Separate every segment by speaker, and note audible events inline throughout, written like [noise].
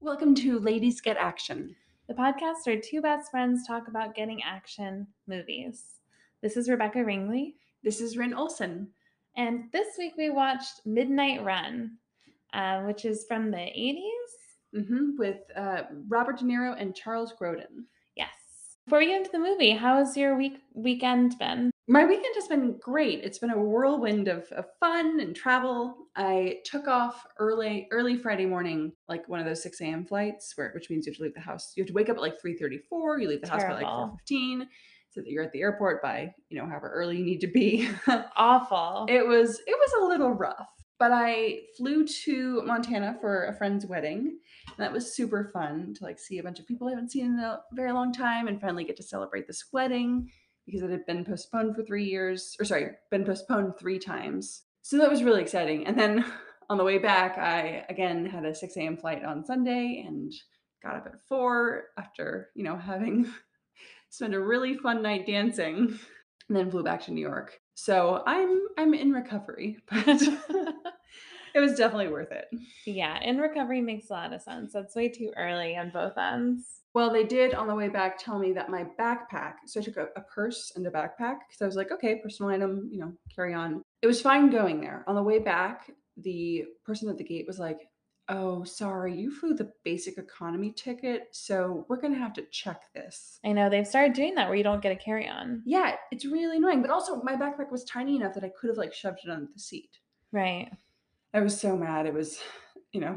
Speaker 1: Welcome to Ladies Get Action.
Speaker 2: The podcast where two best friends talk about getting action movies. This is Rebecca Ringley,
Speaker 1: This is Rin Olson.
Speaker 2: and this week we watched Midnight Run, uh, which is from the 80s.
Speaker 1: hmm with uh, Robert De Niro and Charles Grodin.
Speaker 2: Yes. Before we get into the movie, how has your week weekend been?
Speaker 1: My weekend has been great. It's been a whirlwind of, of fun and travel. I took off early early Friday morning, like one of those 6 a.m. flights, where which means you have to leave the house. You have to wake up at like 3:34. You leave the house by like
Speaker 2: Terrible.
Speaker 1: 4:15, so that you're at the airport by you know however early you need to be.
Speaker 2: Awful.
Speaker 1: it was it was a little rough but i flew to montana for a friend's wedding and that was super fun to like see a bunch of people i haven't seen in a very long time and finally get to celebrate this wedding because it had been postponed for three years or sorry been postponed three times so that was really exciting and then [laughs] on the way back i again had a 6 a.m flight on sunday and got up at four after you know having [laughs] spent a really fun night dancing and then flew back to New York. So I'm I'm in recovery, [laughs] but it was definitely worth it.
Speaker 2: yeah, in recovery makes a lot of sense. That's way too early on both ends.
Speaker 1: Well, they did on the way back tell me that my backpack. So I took a, a purse and a backpack because I was like, okay, personal item, you know, carry on. It was fine going there. On the way back, the person at the gate was like, "Oh, sorry, you flew the basic economy ticket, so we're gonna have to check this."
Speaker 2: I know they've started doing that where you don't get a carry on.
Speaker 1: Yeah, it's really annoying. But also, my backpack was tiny enough that I could have like shoved it under the seat.
Speaker 2: Right.
Speaker 1: I was so mad. It was, [sighs] you know,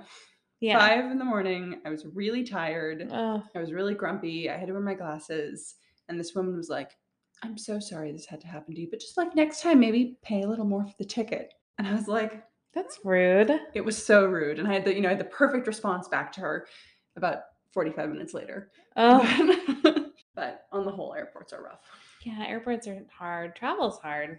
Speaker 2: Yeah.
Speaker 1: five in the morning. I was really tired.
Speaker 2: Ugh.
Speaker 1: I was really grumpy. I had to wear my glasses. And this woman was like, I'm so sorry this had to happen to you, but just like next time, maybe pay a little more for the ticket. And I was like,
Speaker 2: that's rude.
Speaker 1: it was so rude. And I had the, you know, I had the perfect response back to her about 45 minutes later.
Speaker 2: Oh,
Speaker 1: [laughs] but on the whole, airports are rough.
Speaker 2: yeah. Airports are hard. Travel's hard.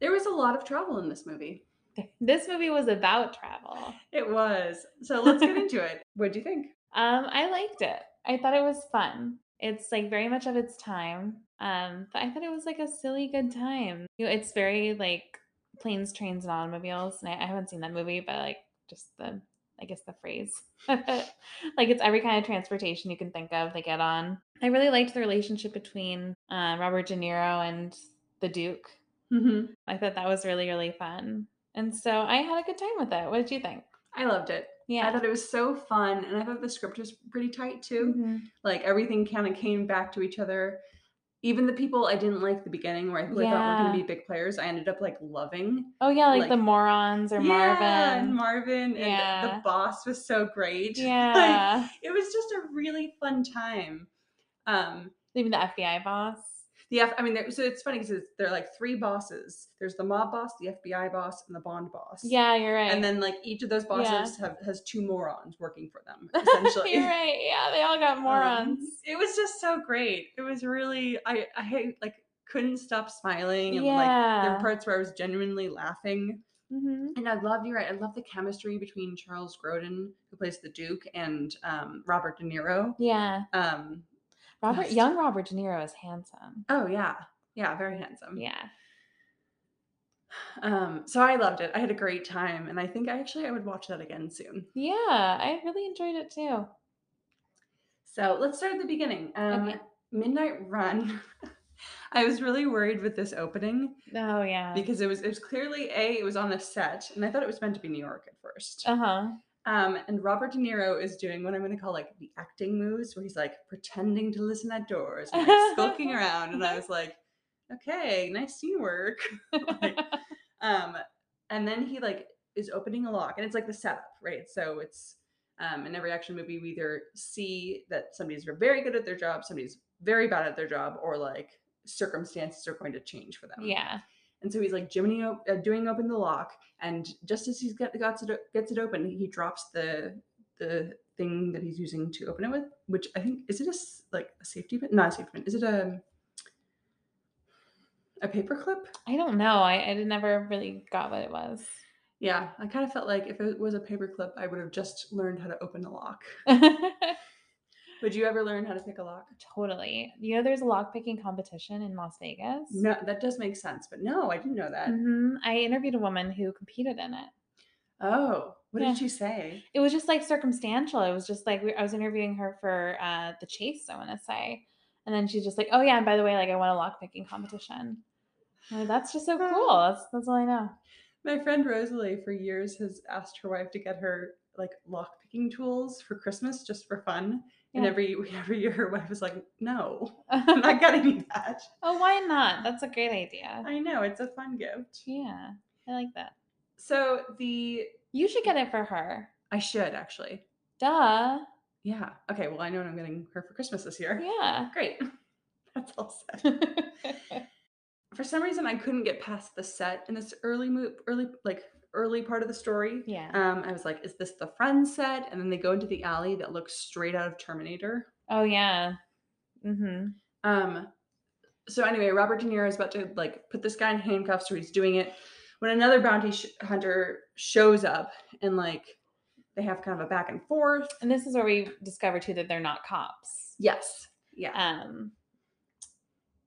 Speaker 1: There was a lot of travel in this movie.
Speaker 2: [laughs] This movie was about travel.
Speaker 1: It was. So let's get into
Speaker 2: [laughs]
Speaker 1: it. What do you think?
Speaker 2: Um, I liked it. I thought it was fun. It's like very much of its time. Um, but I thought it was like a silly good time. You know, it's very like planes, trains, and automobiles. And I, I haven't seen that movie, but like just the I guess the phrase. [laughs] like it's every kind of transportation you can think of they get on. I really liked the relationship between uh, Robert De Niro and the Duke.
Speaker 1: Mm-hmm.
Speaker 2: I thought that was really, really fun. And so I had a good time with it. What did you think?
Speaker 1: I loved it. I
Speaker 2: Yeah.
Speaker 1: thought it was so fun, and I thought the script was pretty tight too.
Speaker 2: Mhm.
Speaker 1: Like everything kind of came back to each other. Even the people I didn't like at the beginning, where I who I thought were going
Speaker 2: Yeah.
Speaker 1: to be big players, I ended up like loving.
Speaker 2: Oh yeah, like, the
Speaker 1: Like-
Speaker 2: morons or
Speaker 1: Yeah, and
Speaker 2: Marvin.
Speaker 1: Marvin, and the-
Speaker 2: Yeah.
Speaker 1: the boss was so great.
Speaker 2: Yeah.
Speaker 1: [laughs] it was just a really fun time. Um,
Speaker 2: Even the FBI boss.
Speaker 1: the F, I mean, there- so it's funny because there are like three bosses. There's the mob boss, the FBI boss, and the Bond boss.
Speaker 2: Yeah, you're right.
Speaker 1: And then like each of those
Speaker 2: Yeah.
Speaker 1: bosses have has two morons working for them essentially.
Speaker 2: [laughs] [laughs] you're right. Yeah, they all got
Speaker 1: Um,
Speaker 2: morons.
Speaker 1: it was just so great. It was really I I hate- like couldn't stop smiling and like there
Speaker 2: yeah.
Speaker 1: were parts where I was genuinely laughing.
Speaker 2: Mhm.
Speaker 1: And I love you're right. I love the chemistry between Charles Grodin, who plays the Duke, and um, Robert De Niro.
Speaker 2: Yeah.
Speaker 1: Um,
Speaker 2: Robert
Speaker 1: Yes.
Speaker 2: young Robert De Niro is handsome.
Speaker 1: oh yeah, yeah, very handsome.
Speaker 2: Yeah.
Speaker 1: Um, so I loved it. I had a great time, and I think I actually I would watch that again soon.
Speaker 2: Yeah. I really enjoyed it too.
Speaker 1: So let's start at the beginning. Um,
Speaker 2: Okay.
Speaker 1: Midnight Run. [laughs] I was really worried with this opening
Speaker 2: Oh yeah.
Speaker 1: because it was it was clearly a it was on a set, and I thought it was meant to be New York at first.
Speaker 2: uh-huh.
Speaker 1: Um, and Robert De Niro is doing what I'm going to call like the acting moves, where he's like pretending to listen at doors and like,
Speaker 2: [laughs]
Speaker 1: skulking around, and I was like, okay, nice scene work. [laughs] Like, um, and then he like is opening a lock, and it's like the setup, right? So it's um, in every action movie, we either see that somebody's very good at their job, somebody's very bad at their job, or like circumstances are going to change for them.
Speaker 2: yeah.
Speaker 1: And so he's like Jiminy op- uh, doing open the lock, and just as he's get, gets it o- gets it open, he drops the the thing that he's using to open it with, which I think is it a s- like a safety pin? Not a safety pin. Is it a a paper clip?
Speaker 2: I don't know. I, I did- never really got what it was. [laughs]
Speaker 1: Yeah, I kind of felt like if it was a paper clip, I would have just learned how to open a lock. Would you ever learn how to pick a lock?
Speaker 2: totally. You know there's a lock picking competition in Las Vegas? Mm-hmm.
Speaker 1: No, that does Mm. make sense, but no, I didn't know that.
Speaker 2: hmm I interviewed a woman who competed in it.
Speaker 1: Oh, What
Speaker 2: Yeah.
Speaker 1: did she say?
Speaker 2: it was just like circumstantial. It was just like we, I was interviewing her for uh, the chase. I want to say, and then she's just like, "Oh yeah, and by the way, like I won a lock picking competition." I'm like, that's just so cool. That's that's all I know. [laughs]
Speaker 1: My friend Rosalie for years has asked her wife to get her like lock picking tools for Christmas just for fun. And
Speaker 2: Yeah.
Speaker 1: every [laughs] every year her wife was like, No, [laughs] I'm not getting you that.
Speaker 2: oh, why not? That's a great idea.
Speaker 1: I know, it's a fun gift.
Speaker 2: Yeah, I like that.
Speaker 1: So the
Speaker 2: You should get it for her.
Speaker 1: I should actually.
Speaker 2: Duh.
Speaker 1: Yeah. Okay, well I know what I'm getting her for Christmas this year.
Speaker 2: Yeah.
Speaker 1: Great. [laughs] That's all set.
Speaker 2: [laughs] yeah.
Speaker 1: for some reason I couldn't get past the set in this early move early like early part of the story. Um, I was like, is this the friend set? And then they go into the alley that looks straight out of Terminator.
Speaker 2: Oh yeah. Mm-hmm.
Speaker 1: Um, so anyway, Robert De Niro is about to like put this guy in handcuffs, so he's doing it. When another bounty sh- hunter shows up and like they have kind of a back and forth.
Speaker 2: And this is where we discover too that they're not cops.
Speaker 1: Yes. Yeah.
Speaker 2: Um,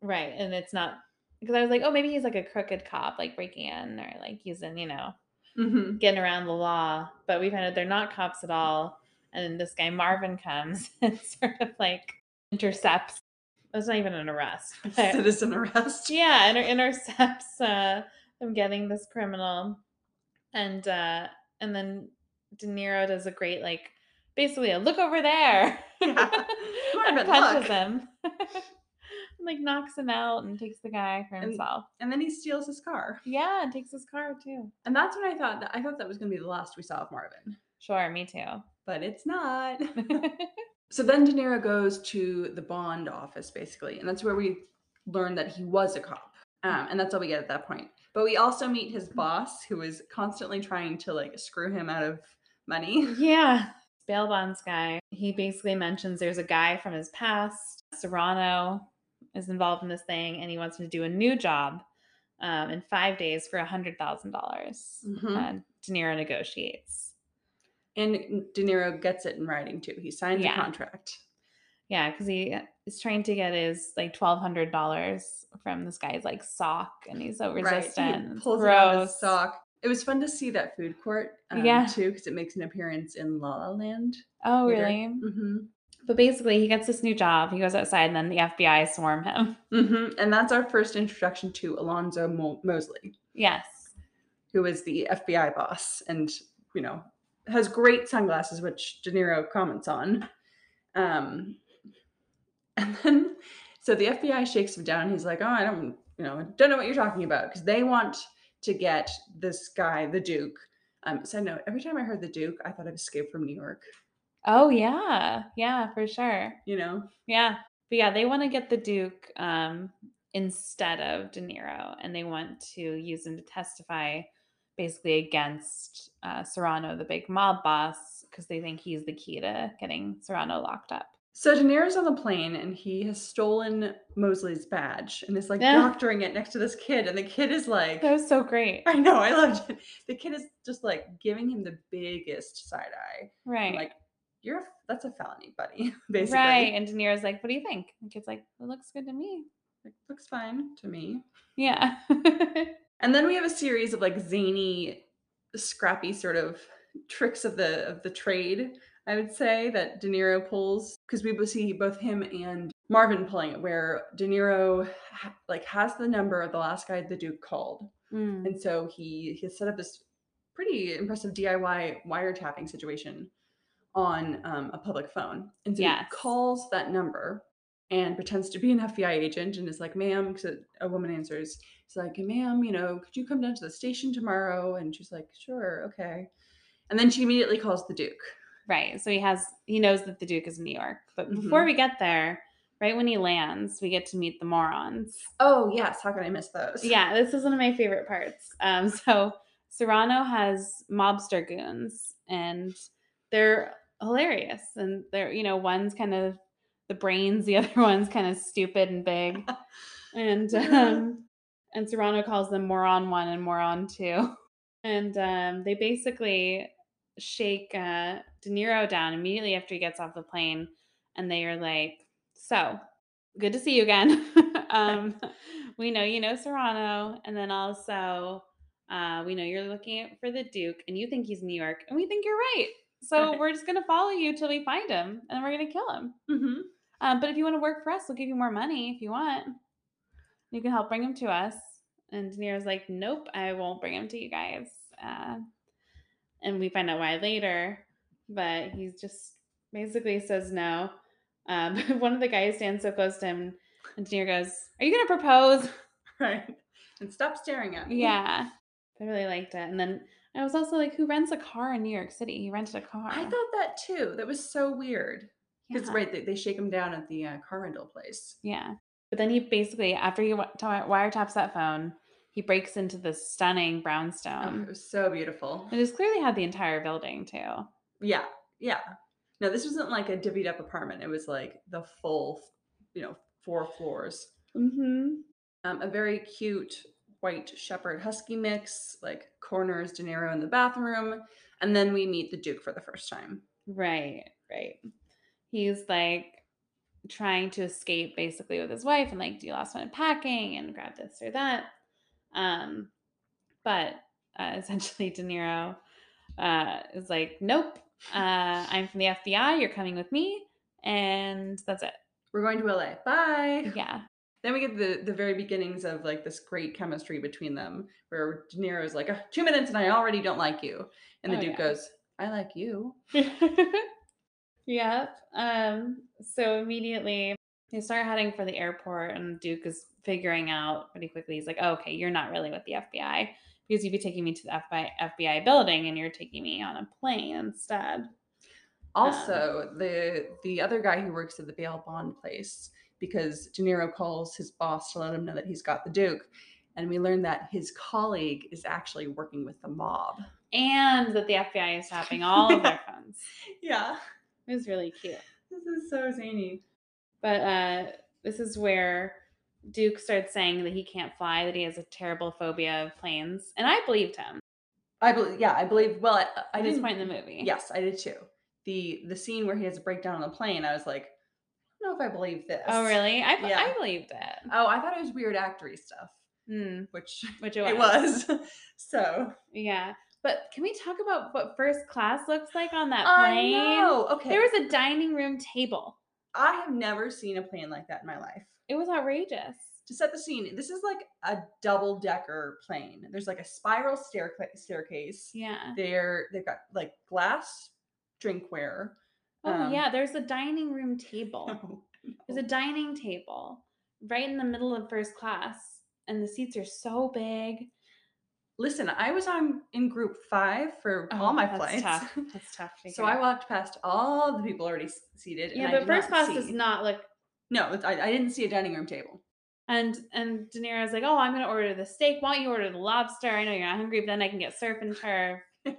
Speaker 2: right, and it's not because I was like, oh, maybe he's like a crooked cop, like breaking in or like using, you know,
Speaker 1: Mhm.
Speaker 2: getting around the law. But we find out they're not cops at all. And then this guy Marvin comes [laughs] and sort of like intercepts. That's not even an arrest. [laughs]
Speaker 1: A
Speaker 2: but-
Speaker 1: Citizen arrest.
Speaker 2: yeah, inter- intercepts uh, them getting this criminal, and uh, and then De Niro does a great like basically a look over there. [laughs]
Speaker 1: Yeah.
Speaker 2: and
Speaker 1: Marvin, look.
Speaker 2: punches him. [laughs] And, like knocks him out and takes the guy for
Speaker 1: And-
Speaker 2: himself.
Speaker 1: And then he steals his car.
Speaker 2: yeah, and takes his car too.
Speaker 1: And that's what I thought. That I thought that was gonna be the last we saw of Marvin,
Speaker 2: Sure, me too.
Speaker 1: but it's not. [laughs] So then De Niro goes to the Bond office, basically, and that's where we learn that he was a cop, um, and that's all we get at that point. But we also meet his boss, who is constantly trying to like screw him out of money.
Speaker 2: yeah. Bail bonds guy. He basically mentions there's a guy from his past. Serrano is involved in this thing, and he wants him to do a new job um, in five days for a hundred thousand dollars.
Speaker 1: Mhm.
Speaker 2: And De Niro negotiates.
Speaker 1: [laughs] And De Niro gets it in writing too. He signs
Speaker 2: Yeah.
Speaker 1: a contract.
Speaker 2: Yeah, because he is trying to get his like twelve hundred dollars from this guy's like sock, and he's so resistant.
Speaker 1: He
Speaker 2: It's
Speaker 1: pulls it out of his
Speaker 2: gross.
Speaker 1: sock. It was fun to see that food court, um,
Speaker 2: Yeah.
Speaker 1: too, because it makes an appearance in La La Land.
Speaker 2: Oh,
Speaker 1: later.
Speaker 2: really?
Speaker 1: hmm
Speaker 2: But basically, he gets this new job. He goes outside, and then the FBI swarm him. [laughs]
Speaker 1: hmm And that's our first introduction to Alonzo Mo- Mosley.
Speaker 2: Yes.
Speaker 1: who is the FBI boss and, you know, has great sunglasses, which De Niro comments on. Um, [laughs] and then, so the FBI shakes him down. He's like, oh, I don't, you know, don't know what you're talking about because they want to get this guy, the Duke. Um, side note, every time I heard the Duke, I thought of Escape from New York,
Speaker 2: Oh yeah, yeah, for sure.
Speaker 1: you know?
Speaker 2: Yeah. But yeah, they want to get the Duke um, instead of De Niro, and they want to use him to testify basically against uh, Serrano, the big mob boss, because they think he's the key to getting Serrano locked up.
Speaker 1: So De Niro's on the plane and he has stolen Mosley's badge and is like
Speaker 2: Yeah.
Speaker 1: doctoring it next to this kid. And the kid is like,
Speaker 2: That was so great.
Speaker 1: [laughs] I know, I loved it. The kid is just like giving him the biggest side eye. I'm
Speaker 2: Right.
Speaker 1: Like, you're a- that's a felony, buddy. [laughs] Basically,
Speaker 2: right. And De Niro's like, what do you think? And kid's like, it looks good to me.
Speaker 1: Like, looks fine to me.
Speaker 2: Yeah. [laughs]
Speaker 1: And then we have a series of like zany, scrappy sort of tricks of the of the trade. I would say that De Niro pulls because we both see both him and Marvin pulling it, where De Niro ha- like has the number of the last guy the Duke called,
Speaker 2: Mm.
Speaker 1: And so he he set up this pretty impressive DIY wiretapping situation on um, a public phone. And so
Speaker 2: Yes.
Speaker 1: he calls that number and pretends to be an FBI agent and is like, ma'am, because a woman answers, he's like, ma'am, you know, could you come down to the station tomorrow? And she's like, sure, okay. And then she immediately calls the Duke.
Speaker 2: Right. So he has he knows that the Duke is in New York. But before
Speaker 1: Mhm.
Speaker 2: we get there, right when he lands, we get to meet the morons.
Speaker 1: Oh yes, how could I miss those?
Speaker 2: Yeah, this is one of my favorite parts. Um, [laughs] so Serrano has mobster goons and they're hilarious. And they're, you know, one's kind of the brains, the [laughs] other one's kind of stupid and
Speaker 1: [laughs]
Speaker 2: big. And
Speaker 1: Yeah.
Speaker 2: um and Serrano calls them moron one and moron two. [laughs] And um they basically shake uh De Niro down immediately after he gets off the plane and they are like, So, good to see [laughs] you again. um we know you know Serrano and then also Uh, we know you're looking at- for the Duke, and you think he's in New York, and we think you're right. So we're just gonna follow you till we find him, and then we're gonna kill him.
Speaker 1: [laughs] Mm-hmm.
Speaker 2: Um, but if you want to work for us, we'll give you more money if you want. You can help bring him to us. And De Niro's like, nope, I won't bring him to you guys. Uh, and we find out why later, but he's just basically says no. Um, [laughs] one of the guys stands so close to him, and De Niro goes, "Are you gonna propose?"
Speaker 1: [laughs] Right. And stop staring at me.
Speaker 2: yeah, I really liked it. And then I was also like, "Who rents a car in New York City?" He rented a car.
Speaker 1: I thought that too. That was so weird. Because
Speaker 2: Yeah.
Speaker 1: right, they, they shake him down at the uh, car rental place.
Speaker 2: Yeah. But then he basically, after he wi- t- wiretaps that phone, he breaks into this stunning
Speaker 1: Oh, it
Speaker 2: brownstone.
Speaker 1: was so beautiful.
Speaker 2: It just clearly had the entire building too.
Speaker 1: Yeah, yeah. No, this wasn't like a divvied up apartment. It was like the full, f- you know, four floors.
Speaker 2: Mm-hmm.
Speaker 1: Um, a very cute white shepherd husky mix, like corners De Niro in the bathroom, and then we meet the Duke for the first time.
Speaker 2: Right, right. He's like trying to escape basically with his wife and like do last minute packing and grab this or that. Um, but uh, [laughs] essentially, De Niro uh, is like, nope, uh, I'm from the FBI. You're coming with me. And that's it.
Speaker 1: We're going to LA.
Speaker 2: [laughs]
Speaker 1: Bye.
Speaker 2: Yeah.
Speaker 1: Then we get the the very beginnings of like this great chemistry between them, where De Niro is like, "Ah, two minutes and I already don't like you, and the
Speaker 2: Oh,
Speaker 1: Duke
Speaker 2: yeah.
Speaker 1: goes, "I like you."
Speaker 2: [laughs] yep. Um, so immediately they start heading for the airport, and Duke is figuring out pretty quickly. He's like, oh, "Okay, you're not really with the FBI because you'd be taking me to the FBI, FBI building, and you're taking me on a plane instead."
Speaker 1: Also, the the other guy who works at the bail bond place, because De Niro calls his boss to let him know that he's got the Duke, and we learn that his colleague is actually working with the mob.
Speaker 2: And that the FBI is tapping
Speaker 1: [laughs]
Speaker 2: all of their phones.
Speaker 1: Yeah,
Speaker 2: It was really cute.
Speaker 1: this is so zany.
Speaker 2: But uh, this is where Duke starts saying that he can't fly, that he has a terrible phobia of planes, and I believed him.
Speaker 1: I believe. Yeah, I believe. Well, I, I
Speaker 2: at this
Speaker 1: didn't
Speaker 2: point in the movie.
Speaker 1: Yes, I did too. the The scene where he has a breakdown on the plane, I was like, I don't know if I believe this.
Speaker 2: Oh, really? I,
Speaker 1: Yeah.
Speaker 2: I believed it.
Speaker 1: Oh, I thought it was weird actory stuff,
Speaker 2: Hmm,
Speaker 1: which
Speaker 2: which
Speaker 1: it was. [laughs] so
Speaker 2: Yeah. But can we talk about what first class looks like on that
Speaker 1: I
Speaker 2: plane?
Speaker 1: know. Okay,
Speaker 2: There was a dining room table.
Speaker 1: I have never seen a plane like that in my life.
Speaker 2: It was outrageous.
Speaker 1: To set the scene, this is like a double decker plane. There's like a spiral stairca- staircase.
Speaker 2: Yeah.
Speaker 1: There, they've got like glass
Speaker 2: [laughs]
Speaker 1: drinkware.
Speaker 2: Oh
Speaker 1: Um,
Speaker 2: yeah, there's a dining
Speaker 1: [laughs]
Speaker 2: room table. There's a dining table right in the middle of first class and the seats are so big.
Speaker 1: Listen, I was on in group five for all
Speaker 2: Oh,
Speaker 1: my
Speaker 2: that's
Speaker 1: flights, [laughs]
Speaker 2: Tough. That's tough. to
Speaker 1: so
Speaker 2: figure
Speaker 1: I
Speaker 2: out.
Speaker 1: walked past all the people already s- seated.
Speaker 2: Yeah,
Speaker 1: and I
Speaker 2: but
Speaker 1: did
Speaker 2: first class does
Speaker 1: see-
Speaker 2: not look
Speaker 1: No, it's- I, I didn't see a dining room table.
Speaker 2: And and De Niro's like, oh, I'm gonna order the steak. Why don't you order the lobster? I know you're not hungry, but then I can get surf and turf.
Speaker 1: [laughs] Yeah.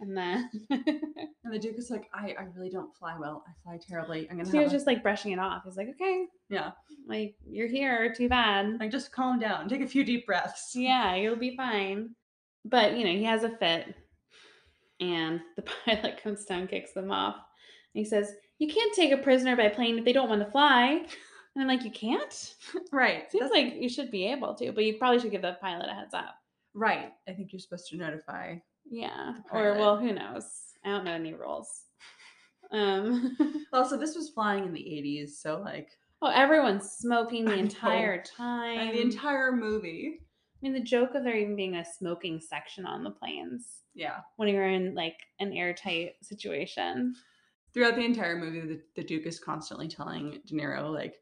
Speaker 2: And then
Speaker 1: [laughs]
Speaker 2: [laughs]
Speaker 1: And the Duke is like, I, I really don't fly well. I fly terribly. I'm gonna
Speaker 2: he
Speaker 1: have
Speaker 2: was
Speaker 1: a-
Speaker 2: just like brushing it off. He's like, okay,
Speaker 1: Yeah.
Speaker 2: like you're here. Too bad.
Speaker 1: like just calm down, take a few deep breaths.
Speaker 2: yeah, you'll be fine. But you know, he has a fit, and the [laughs] pilot comes down, kicks them off, and he says, "You can't take a prisoner by plane if they don't want to fly." And I'm like, "You can't."
Speaker 1: Right.
Speaker 2: Seems like you should be able to, but you probably should give the pilot a heads up.
Speaker 1: Right. I think you're supposed to notify.
Speaker 2: Yeah.
Speaker 1: the
Speaker 2: Or
Speaker 1: pilot.
Speaker 2: well, who knows? I don't know any [laughs] rules. Um [laughs]
Speaker 1: Also, this was flying in the 80s, so like
Speaker 2: well everyone's smoking
Speaker 1: I
Speaker 2: the
Speaker 1: know.
Speaker 2: entire time.
Speaker 1: and the entire movie.
Speaker 2: I mean the joke of there even being a smoking section on the planes
Speaker 1: Yeah.
Speaker 2: when you're in like an airtight situation.
Speaker 1: Throughout the entire movie, the, the Duke is constantly telling De Niro, like,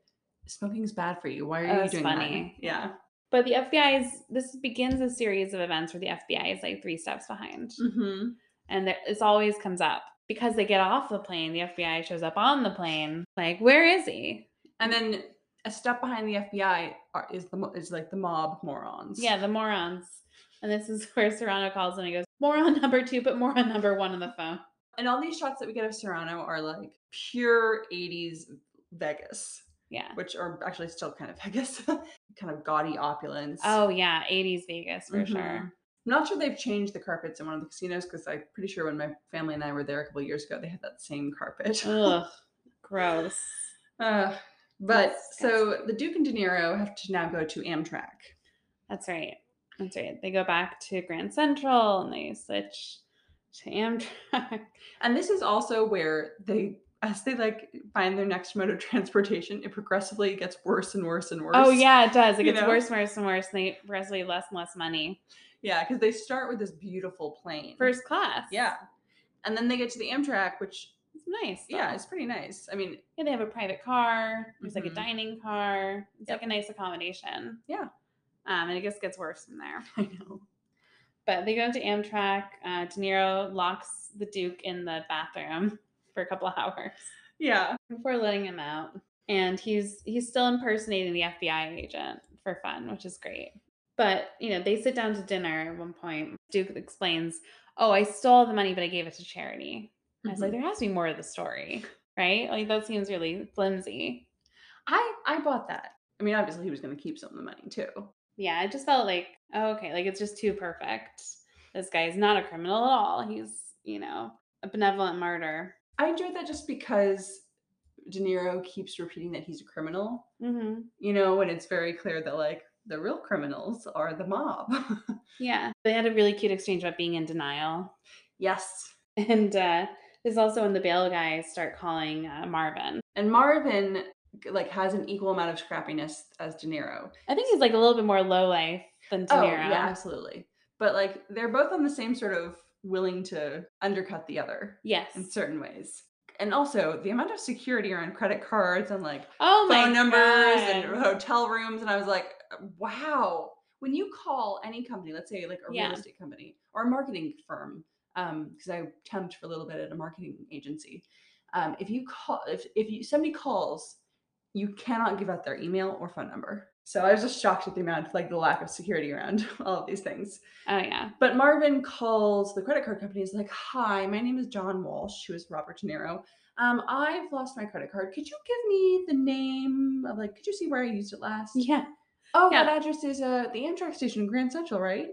Speaker 1: smoking's bad for you. Why are
Speaker 2: Oh,
Speaker 1: you
Speaker 2: it's
Speaker 1: doing
Speaker 2: funny.
Speaker 1: that? Yeah.
Speaker 2: But the FBI is this begins a series of events where the FBI is like three steps behind.
Speaker 1: Mm-hmm.
Speaker 2: And there, this always comes up. Because they get off the plane, the FBI shows up on the plane. Like, where is he?
Speaker 1: And then a step behind the FBI are, is the mo- is like the mob morons.
Speaker 2: Yeah, the morons. And this is [laughs] where Serrano calls him and he goes, Moron number two, but moron number one on the phone.
Speaker 1: And all these shots that we get of Serrano are like pure 80s Vegas,
Speaker 2: Yeah.
Speaker 1: which are actually still kind of [laughs] Vegas, kind of gaudy opulence.
Speaker 2: Oh yeah, 80s Vegas for
Speaker 1: Mhm.
Speaker 2: sure.
Speaker 1: I'm not sure they've changed the carpets in one of the casinos because I'm pretty sure when my family and I were there a couple years ago, they had that same carpet.
Speaker 2: Ugh. Gross.
Speaker 1: [laughs] Uh, but
Speaker 2: That's
Speaker 1: so the Duke and De Niro have to now go to Amtrak.
Speaker 2: That's right. That's right. They go back to Grand Central and they switch to
Speaker 1: [laughs]
Speaker 2: Amtrak.
Speaker 1: And this is also where they, as they like find their next mode of transportation, it progressively gets worse and worse and worse.
Speaker 2: Oh yeah, it does. It
Speaker 1: You
Speaker 2: gets
Speaker 1: know?
Speaker 2: worse and worse and worse. And they progressively less and less money.
Speaker 1: Yeah, because they start with this beautiful plane.
Speaker 2: First class.
Speaker 1: Yeah. And then they get to the Amtrak, which,
Speaker 2: It's nice. though.
Speaker 1: yeah, it's pretty nice. I mean, [laughs]
Speaker 2: Yeah, they have a private car. There's like
Speaker 1: Mhm.
Speaker 2: a dining car. It's
Speaker 1: Yep.
Speaker 2: like a nice accommodation.
Speaker 1: Yeah.
Speaker 2: Um, and it just gets worse from there.
Speaker 1: I know.
Speaker 2: But they go to Amtrak. Uh, De Niro locks the Duke in the bathroom [laughs] for a couple of hours
Speaker 1: Yeah.
Speaker 2: before letting him out. And he's he's still impersonating the FBI agent for fun, which is great. But you know, they sit down to dinner at one point. Duke explains, "Oh, I stole the money, but I gave it to charity." I was like,
Speaker 1: Mhm.
Speaker 2: "There has to be more to the story, right? Like that seems really flimsy."
Speaker 1: I, I bought that. I mean, obviously, he was going to keep some of the money too.
Speaker 2: Yeah, it just felt like oh, okay, like it's just too perfect. This guy's not a criminal at all. He's you know a benevolent martyr.
Speaker 1: I enjoyed that just because De Niro keeps repeating that he's a criminal,
Speaker 2: Mm-hmm.
Speaker 1: you know, and it's very clear that, like, the real criminals are the mob. [laughs]
Speaker 2: Yeah, they had a really cute exchange about being in denial, [laughs]
Speaker 1: yes.
Speaker 2: and uh, this is also when the bail guys start calling uh, Marvin.
Speaker 1: And Marvin, like, has an equal amount of scrappiness as De Niro.
Speaker 2: I think he's like a little bit more low life than De
Speaker 1: Oh,
Speaker 2: Niro.
Speaker 1: yeah, absolutely. But, like, they're both on the same sort of willing to undercut the other
Speaker 2: Yes.
Speaker 1: in certain ways. And also, the amount of security around credit cards and, like,
Speaker 2: oh my
Speaker 1: phone numbers and [laughs]
Speaker 2: God.
Speaker 1: hotel rooms and i was like wow when you call any company let's say like a
Speaker 2: Yeah.
Speaker 1: real estate company or a marketing firm because i temped for a little bit at a marketing agency um, if you call if, if you somebody calls you cannot give out their email or phone number so i was just shocked at the amount of like the lack of security around [laughs] all of these things
Speaker 2: Oh yeah.
Speaker 1: but Marvin calls the credit card company. He's like, "Hi, my name is John Walsh. Who is Robert De Niro? Um, I've lost my credit card. Could you give me the name of like? Could you see where I used it last?
Speaker 2: Yeah.
Speaker 1: Oh,
Speaker 2: yeah.
Speaker 1: that address is uh the Amtrak station, Grand Central, right?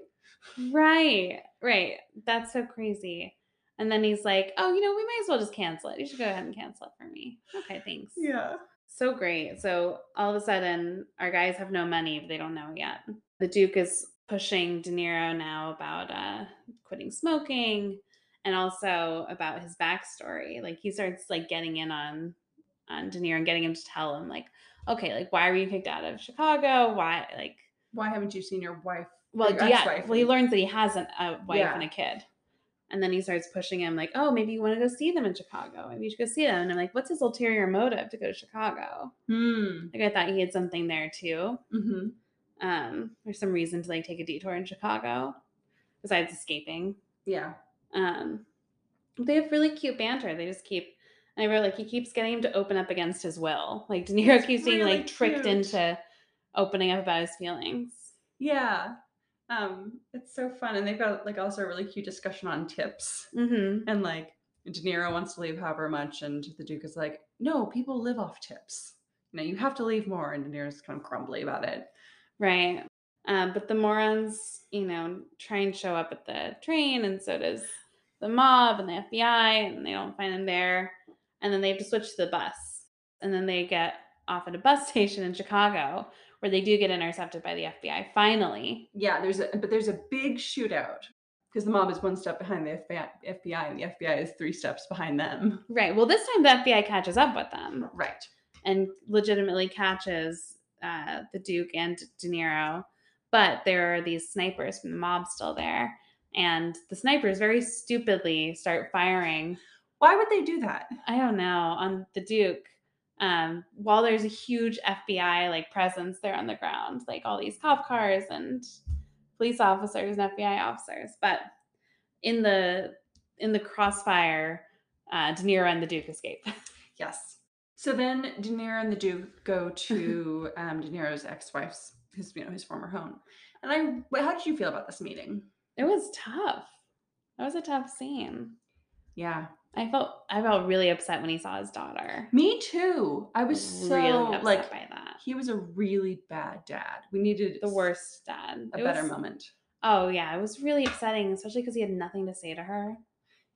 Speaker 2: Right. Right. That's so crazy. And then he's like, "Oh, you know, we may as well just cancel it. You should go ahead and cancel it for me." Okay, thanks.
Speaker 1: Yeah.
Speaker 2: So great. So all of a sudden, our guys have no money. but They don't know yet. The Duke is pushing De Niro now about uh, quitting smoking and also about his backstory. Like he starts like getting in on on De Niro and getting him to tell him like, okay, like why were you kicked out of Chicago? Why like
Speaker 1: Why haven't you seen your wife?
Speaker 2: well
Speaker 1: your
Speaker 2: yeah
Speaker 1: ex-wife
Speaker 2: well he
Speaker 1: and-
Speaker 2: learns that he has an, a wife
Speaker 1: Yeah.
Speaker 2: and a kid. And then he starts pushing him like, oh, maybe you want to go see them in Chicago. Maybe you should go see them. And I'm like, what's his ulterior motive to go to Chicago?
Speaker 1: Hmm.
Speaker 2: Like I thought he had something there too.
Speaker 1: Mm-hmm.
Speaker 2: Um, there's some reason to like take a detour in Chicago, besides escaping.
Speaker 1: Yeah.
Speaker 2: Um, they have really cute banter. They just keep. And I wrote like he keeps getting him to open up against his will. Like De Niro
Speaker 1: That's
Speaker 2: keeps being
Speaker 1: really
Speaker 2: like tricked
Speaker 1: cute.
Speaker 2: into opening up about his feelings.
Speaker 1: Yeah. Um, it's so fun, and they've got like also a really cute discussion on tips.
Speaker 2: Mm-hmm.
Speaker 1: and like De Niro wants to leave however much, and the Duke is like, no, people live off tips. You know, you have to leave more, and De Niro's kind of crumbly about it.
Speaker 2: Right. Um, but the morons, you know, try and show up at the train, and so does the mob and the FBI, and they don't find them there. And then they have to switch to the bus. And then they get off at a bus [laughs] station in Chicago where they do get intercepted by the FBI finally.
Speaker 1: Yeah, there's a but there's a big shootout because the mob is one step behind the FBI, FBI, and the FBI is three steps behind them.
Speaker 2: Right. Well, this time the FBI catches up with them
Speaker 1: Right.
Speaker 2: and legitimately catches uh, the Duke and De Niro. But there are these snipers from the mob still there. And the snipers very stupidly start firing
Speaker 1: Why would they do that?
Speaker 2: I don't know, on the Duke. Um, while there's a huge FBI like presence there on the ground, like all these cop cars and police officers and FBI officers, but in the in the crossfire, uh, De Niro and the Duke escape. [laughs]
Speaker 1: Yes. So then De Niro and the Duke go to um, De Niro's ex-wife's, his you know his former home. And I, wh- how did you feel about this meeting?
Speaker 2: It was tough. That was a tough scene.
Speaker 1: Yeah,
Speaker 2: I felt I felt really upset when he saw his daughter.
Speaker 1: me too. I was so
Speaker 2: really upset
Speaker 1: like
Speaker 2: by that.
Speaker 1: he was a really bad dad. We needed
Speaker 2: The
Speaker 1: s-
Speaker 2: worst dad.
Speaker 1: a
Speaker 2: It
Speaker 1: better
Speaker 2: was-
Speaker 1: moment.
Speaker 2: Oh yeah, it was really upsetting, especially because he had nothing to say to her.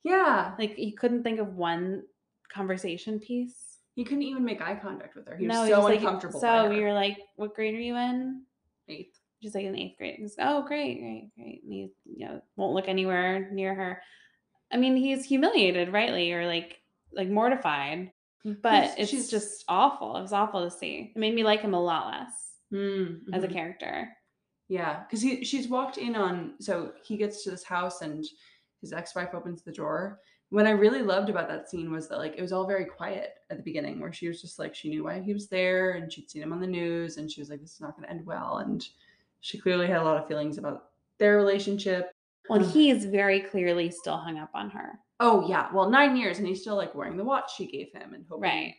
Speaker 1: Yeah,
Speaker 2: Like he couldn't think of one conversation piece.
Speaker 1: he couldn't even make eye contact with her. He was
Speaker 2: no, he
Speaker 1: so
Speaker 2: was like,
Speaker 1: uncomfortable. by
Speaker 2: so
Speaker 1: her."
Speaker 2: you're like, what grade are you in?
Speaker 1: Eighth.
Speaker 2: She's like in eighth grade. He's, oh, great, great, great. And he, you know, won't look anywhere near her. I mean, he's humiliated, rightly, or like like mortified. But
Speaker 1: She's-
Speaker 2: it's
Speaker 1: she's-
Speaker 2: just awful. It was awful to see. It made me like him a lot less
Speaker 1: Mm,
Speaker 2: as a
Speaker 1: mhm.
Speaker 2: character.
Speaker 1: Yeah, because he she's walked in on so he gets to this house and his ex-wife opens the drawer. What I really loved about that scene was that like it was all very quiet at the beginning where she was just like she knew why he was there and she'd seen him on the news and she was like, This is not gonna end well. And she clearly had a lot of feelings about their relationship.
Speaker 2: Well,
Speaker 1: Ugh.
Speaker 2: he is very clearly still hung up on her.
Speaker 1: Oh yeah, well, nine years and he's still like wearing the watch she gave him and hoping
Speaker 2: Right.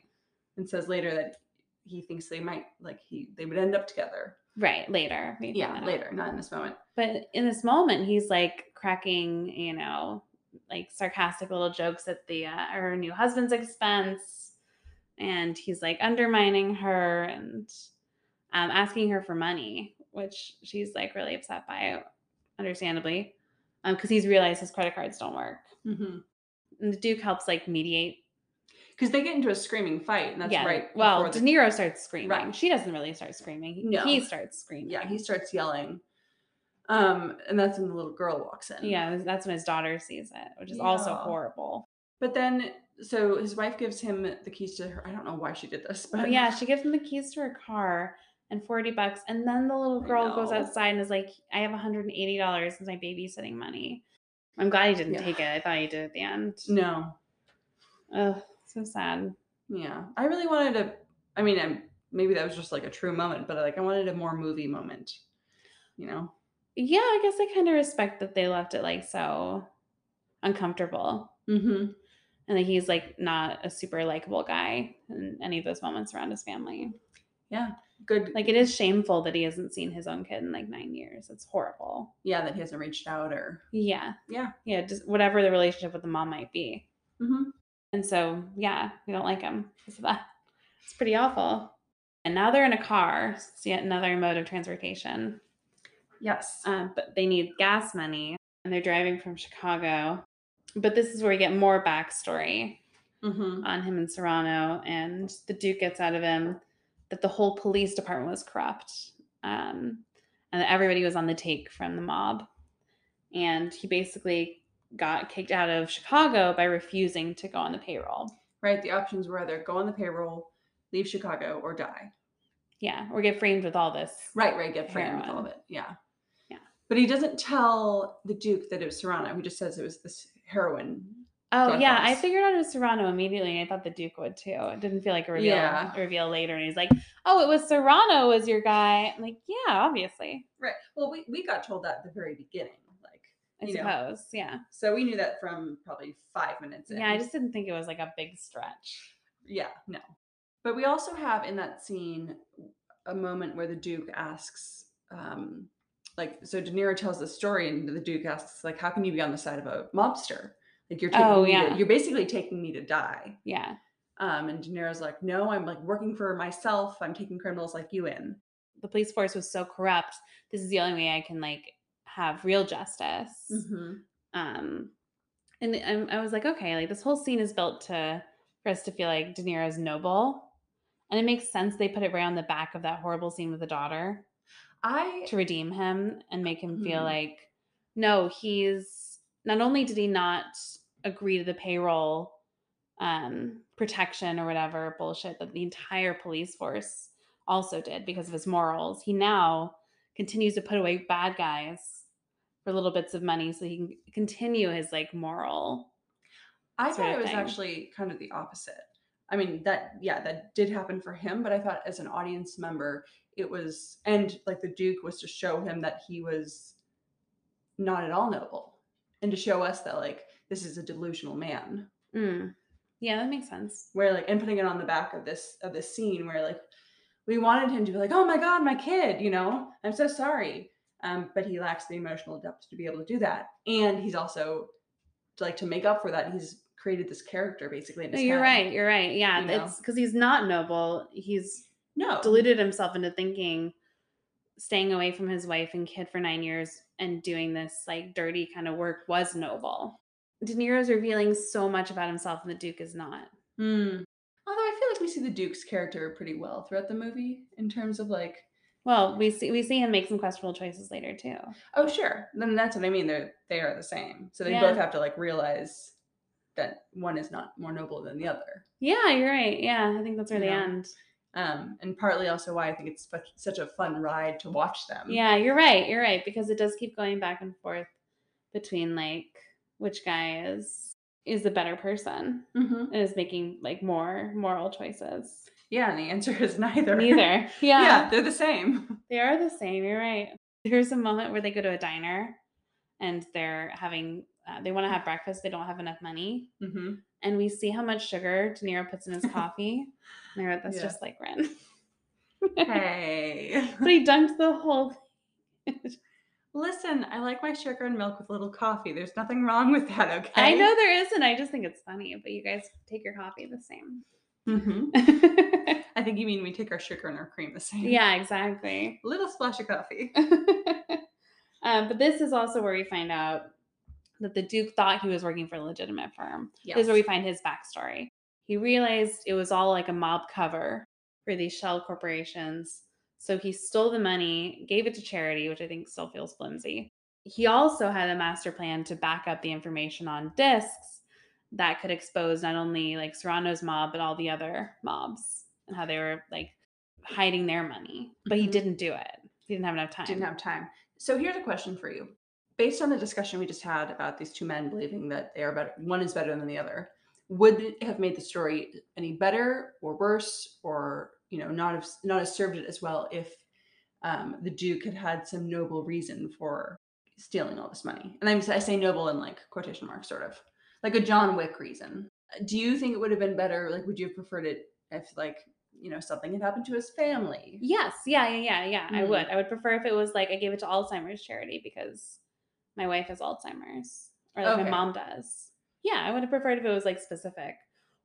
Speaker 1: and says later that he thinks they might like he they would end up together.
Speaker 2: Right. Later. we
Speaker 1: Yeah,
Speaker 2: find out.
Speaker 1: later, not in this moment.
Speaker 2: But in this moment, he's like cracking, you know, like sarcastic little jokes at the uh, her new husband's expense, and he's like undermining her and um, asking her for money, which she's like really upset by, understandably, because he's realized his credit cards don't work.
Speaker 1: Mm-hmm.
Speaker 2: And the Duke helps like mediate.
Speaker 1: because they get into a screaming fight, and that's right.
Speaker 2: Well,
Speaker 1: before the-
Speaker 2: De Niro starts screaming.
Speaker 1: Right.
Speaker 2: She doesn't really start screaming.
Speaker 1: No.
Speaker 2: He starts screaming.
Speaker 1: yeah, he starts yelling, um, and that's when the little girl walks in.
Speaker 2: Yeah, that's when his daughter sees it, which is also
Speaker 1: Yeah.
Speaker 2: horrible.
Speaker 1: but then so his wife gives him the keys to her. I don't know why she did this,
Speaker 2: Oh
Speaker 1: but
Speaker 2: yeah, she gives him the keys to her car and 40 bucks. And then the little
Speaker 1: I
Speaker 2: girl goes
Speaker 1: know.
Speaker 2: outside and is like, I have $180 as my babysitting money. I'm glad he didn't
Speaker 1: Yeah. Mm.
Speaker 2: take it. I thought he did at the end.
Speaker 1: no,
Speaker 2: Ugh, so sad.
Speaker 1: yeah, I really wanted a. I mean, i maybe that was just like a true moment, but like I wanted a more movie moment, you know.
Speaker 2: Yeah, I guess I kind of respect that they left it like so uncomfortable.
Speaker 1: Mm-hmm.
Speaker 2: And that he's like not a super likable guy in any of those moments around his family.
Speaker 1: Good,
Speaker 2: Like it is shameful that he hasn't seen his own kid in like nine years. It's horrible.
Speaker 1: yeah, that he hasn't reached out or.
Speaker 2: Yeah.
Speaker 1: Yeah.
Speaker 2: Yeah. Just whatever the relationship with the mom might be.
Speaker 1: Mm-hmm.
Speaker 2: And so, yeah, we don't like him because of that. It's pretty awful. And now they're in a car. so It's yet another mode of transportation.
Speaker 1: Yes.
Speaker 2: Um, but they need gas money and they're driving from Chicago. But this is where we get more backstory
Speaker 1: mm-hmm.
Speaker 2: on him and Serrano. And the Duke gets out of him that the whole police department was corrupt um, and that everybody was on the take from the mob. And he basically got kicked out of Chicago by refusing to go on the payroll.
Speaker 1: Right. The options were either go on the payroll, leave Chicago, or die.
Speaker 2: Yeah, or get framed with all this.
Speaker 1: Right, right. Get framed with all of
Speaker 2: Heroin.
Speaker 1: it. Yeah.
Speaker 2: Yeah.
Speaker 1: But he doesn't tell the Duke that it was Serrano. He just says it was this heroin.
Speaker 2: Oh
Speaker 1: Drug
Speaker 2: yeah, I
Speaker 1: bust.
Speaker 2: figured out it was Serrano immediately, and I thought the Duke would too. It didn't feel like a reveal
Speaker 1: Yeah.
Speaker 2: a reveal later, and he's like, "Oh, it was Serrano was your guy." I'm like, yeah, obviously,
Speaker 1: Right. Well, we, we got told that at the very beginning. Like,
Speaker 2: I
Speaker 1: You know.
Speaker 2: suppose, yeah,
Speaker 1: so we knew that from probably five minutes in.
Speaker 2: yeah. I just didn't think it was like a big stretch.
Speaker 1: yeah, no. But we also have in that scene a moment where the Duke asks, um, like, so De Niro tells the story, and the Duke asks, like, how can you be on the side of a mobster? Like, you're taking
Speaker 2: Oh,
Speaker 1: me to-
Speaker 2: yeah.
Speaker 1: you're basically taking me to die.
Speaker 2: Yeah,
Speaker 1: Um, and De Niro's like, no, I'm like working for myself. I'm taking criminals like you in.
Speaker 2: the police force was so corrupt. This is the only way I can like have real justice.
Speaker 1: Mm-hmm.
Speaker 2: Mm-hmm. Um, and um, I, I was like, okay, like this whole scene is built to for us to feel like De Niro's noble. And it makes sense they put it right on the back of that horrible scene with the daughter.
Speaker 1: I
Speaker 2: to redeem him and make him feel
Speaker 1: Mhm.
Speaker 2: like no he's not only did he not agree to the payroll um protection or whatever bullshit that the entire police force also did because of his morals he now continues to put away bad guys for little bits of money so he can continue his like moral
Speaker 1: I
Speaker 2: sort
Speaker 1: thought
Speaker 2: of
Speaker 1: it was
Speaker 2: thing.
Speaker 1: actually kind of the opposite. I mean, that yeah, that did happen for him, but I thought as an audience member, it was and like the Duke was to show him that he was not at all noble, and to show us that like this is a delusional man.
Speaker 2: Mm. yeah that makes sense
Speaker 1: Where like and putting it on the back of this of this scene where like we wanted him to be like, oh my god, my kid, you know, I'm so sorry. Um, but he lacks the emotional depth to be able to do that, and he's also to, like to make up for that. He's created this character basically. In
Speaker 2: no,
Speaker 1: his
Speaker 2: you're
Speaker 1: head.
Speaker 2: right you're right yeah
Speaker 1: you know.
Speaker 2: it's because he's not noble he's
Speaker 1: No.
Speaker 2: deluded himself into thinking staying away from his wife and kid for nine years and doing this like dirty kind of work was noble. De Niro's revealing so much about himself, and the Duke is not.
Speaker 1: Hmm. Although I feel like we see the Duke's character pretty well throughout the movie in terms of like
Speaker 2: Well, we see we see him make some questionable choices later too.
Speaker 1: Oh, sure. Then that's what I mean. They're they are the same. So they
Speaker 2: Yeah.
Speaker 1: both have to like realize that one is not more noble than the other.
Speaker 2: Yeah, you're right. Yeah, I think that's where
Speaker 1: You
Speaker 2: they
Speaker 1: know.
Speaker 2: end.
Speaker 1: Um, and partly also why I think it's such- such a fun ride to watch them.
Speaker 2: Yeah, you're right. You're right because it does keep going back and forth between like which guy is is the better person
Speaker 1: hmm
Speaker 2: and is making like more moral choices.
Speaker 1: Yeah. And the answer is [laughs] neither.
Speaker 2: Neither.
Speaker 1: yeah.
Speaker 2: Yeah,
Speaker 1: They're the
Speaker 2: [laughs]
Speaker 1: same.
Speaker 2: they are the same. You're right. There's a moment where they go to a diner and they're having uh, they want to have breakfast. They don't have enough money.
Speaker 1: hmm
Speaker 2: And we see how much sugar De Niro puts in his coffee. And I wrote, that's
Speaker 1: Yeah.
Speaker 2: just like Ren.
Speaker 1: Hey.
Speaker 2: but he dunked the whole
Speaker 1: Listen, I like my sugar and milk with a little coffee. There's nothing wrong with that, okay?
Speaker 2: I know there isn't. I just think it's funny, but you guys take your coffee the same. [laughs]
Speaker 1: hmm I think you mean we take our sugar and our cream the same.
Speaker 2: yeah, exactly.
Speaker 1: Little splash of
Speaker 2: [laughs]
Speaker 1: coffee.
Speaker 2: um, but this is also where we find out that the Duke thought he was working for a legitimate firm.
Speaker 1: Yeah.
Speaker 2: This is where we find his backstory. He realized it was all like a mob cover for these shell corporations. So he stole the money, gave it to charity, which I think still feels flimsy. He also had a master plan to back up the information on discs that could expose not only like Serrano's mob, but all the other mobs and how they were like hiding their money. But he
Speaker 1: Mhm.
Speaker 2: didn't do it. He didn't have enough time.
Speaker 1: Didn't have time. So here's a question for you. Based on the discussion we just had about these two men believing that they are better, one is better than the other, would it have made the story any better or worse, or you know, not have not have served it as well if um, the Duke had had some noble reason for stealing all this money? And I'm, I say noble in like quotation marks, sort of like a John Wick reason. Do you think it would have been better? Like, would you have preferred it if like you know something had happened to his family?
Speaker 2: Yes, yeah, yeah, yeah, yeah. I
Speaker 1: Mm.
Speaker 2: would. I would prefer if it was like I gave it to Alzheimer's charity because my wife has Alzheimer's, or like
Speaker 1: Okay.
Speaker 2: my mom does. Yeah, I would have preferred if it was like specific,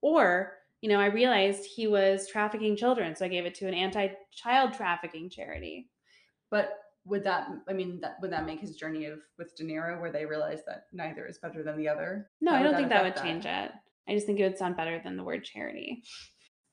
Speaker 2: or you know, I realized he was trafficking children, so I gave it to an anti-child trafficking charity.
Speaker 1: But would that I mean that would that make his journey of with De Niro where they realize that neither is better than the other?
Speaker 2: No,
Speaker 1: How
Speaker 2: I
Speaker 1: would
Speaker 2: don't think that would
Speaker 1: affect
Speaker 2: change it. I just think it would sound better than the word charity,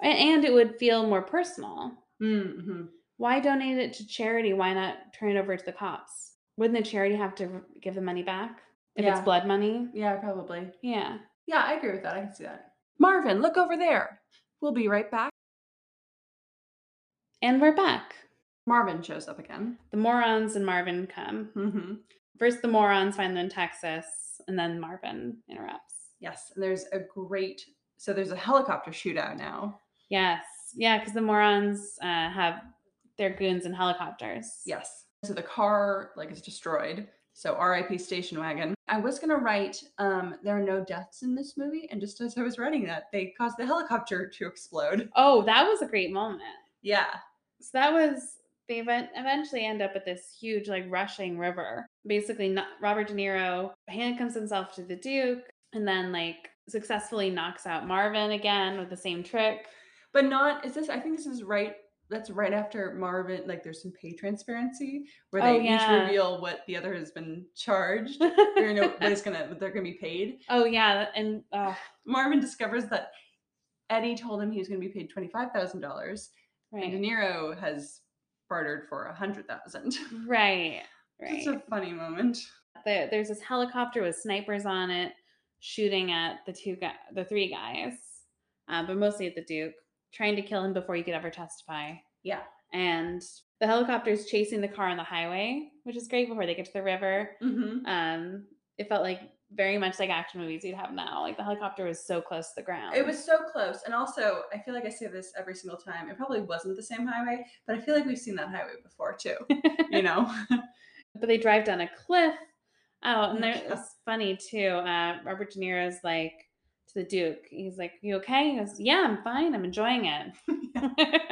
Speaker 2: A- and it would feel more personal.
Speaker 1: Mhm.
Speaker 2: Why donate it to charity? Why not turn it over to the cops? Wouldn't the charity have to r- give the money back if
Speaker 1: Yeah.
Speaker 2: it's blood money?
Speaker 1: Yeah, probably.
Speaker 2: Yeah.
Speaker 1: Yeah, I agree with that. I can see that. Marvin, look over there. We'll be right back.
Speaker 2: And we're back.
Speaker 1: Marvin shows up again.
Speaker 2: The morons and Marvin come.
Speaker 1: hmm
Speaker 2: First, the morons find them in Texas, and then Marvin interrupts.
Speaker 1: Yes, and there's a great so there's a helicopter shootout now.
Speaker 2: Yes. Yeah, because the morons uh, have their goons in helicopters.
Speaker 1: Yes. So the car like is destroyed. So RIP station wagon. I was gonna write um there are no deaths in this movie, and just as I was writing that, they caused the helicopter to explode.
Speaker 2: Oh, that was a great moment.
Speaker 1: Yeah.
Speaker 2: So that was, they event- eventually end up at this huge, like, rushing river. Basically, not- Robert De Niro handcuffs himself to the Duke and then, like, successfully knocks out Marvin again with the same trick. [laughs]
Speaker 1: but not is this i think this is right that's right after marvin like there's some pay transparency where
Speaker 2: Oh,
Speaker 1: they each
Speaker 2: yeah.
Speaker 1: reveal what the other has been charged or you know what is gonna what they're gonna be paid
Speaker 2: oh, yeah. And, oh,
Speaker 1: marvin discovers that eddie told him he was gonna be paid $25000
Speaker 2: right.
Speaker 1: and de niro has bartered for 100000
Speaker 2: Right. Right.
Speaker 1: it's a funny moment
Speaker 2: There- there's this helicopter with snipers on it shooting at the two guy, the three guys, uh, but mostly at the Duke, trying to kill him before he could ever testify.
Speaker 1: yeah
Speaker 2: And the helicopter is chasing the car on the highway, which is great before they get to the river.
Speaker 1: hmm
Speaker 2: Um, it felt like very much like action movies you'd have now. Like the helicopter was so close to the ground.
Speaker 1: It was so close. And also, I feel like I say this every single time. It probably wasn't the same highway, but I feel like we've seen that highway before
Speaker 2: [laughs]
Speaker 1: too. You know?
Speaker 2: but they drive down a cliff out and there
Speaker 1: Yeah.
Speaker 2: it's funny too uh robert de niro's like to the duke he's like you okay he goes yeah i'm fine i'm enjoying it [laughs]